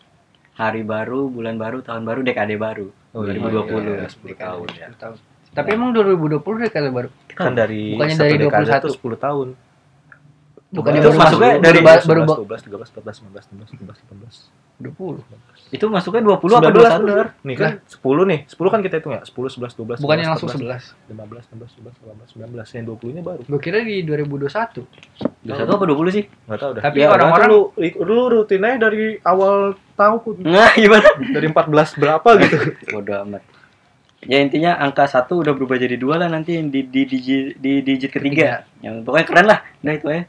A: hari baru, bulan baru, tahun baru, dekade baru.
C: Oh, iya,
A: 2020.
C: iya, 10 tahun ya.
B: 10 tahun. Tapi emang 2020 dekade baru.
C: Kan dari
B: Bukannya
C: satu
B: dari
C: dekade
B: 21.
C: tuh 10 tahun.
B: Bukannya
A: Itu
B: baru
A: masuknya
B: masuk-
A: dari-
B: baru baru
C: 11, 12, 13, 19, 19, 18.
B: 20.
A: Itu masuknya 20 apa 21?
C: 19 bener. Nih kan 10 nih. 10 kan kita hitung ya. 10, 11, 12,
B: Bukannya langsung 11.
C: 11, 15, 16, 17, 18, 19. Yang 20-nya baru.
B: Gue kira di 2021.
A: 21 apa 20 sih?
C: Enggak tahu dah.
B: Tapi
A: Ya,
B: orang-orang
C: lu, lu rutin aja dari awal tahun
A: Nah, gimana?
C: dari 14 berapa gitu.
A: Bodoh amat. Ya intinya angka 1 udah berubah jadi dua lah nanti di di digit, di digit ketiga. Yang pokoknya keren lah. Nah, itu aja.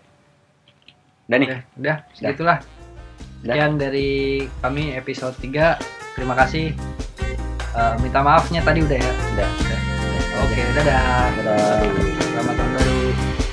A: Udah nih.
B: Udah, udah, segitulah.
A: Udah.
B: Sekian dari kami episode 3. Terima kasih. Eh, minta maafnya tadi udah ya.
A: Udah. udah.
B: Oke, dadah.
A: Dadah.
B: Selamat tahun baru.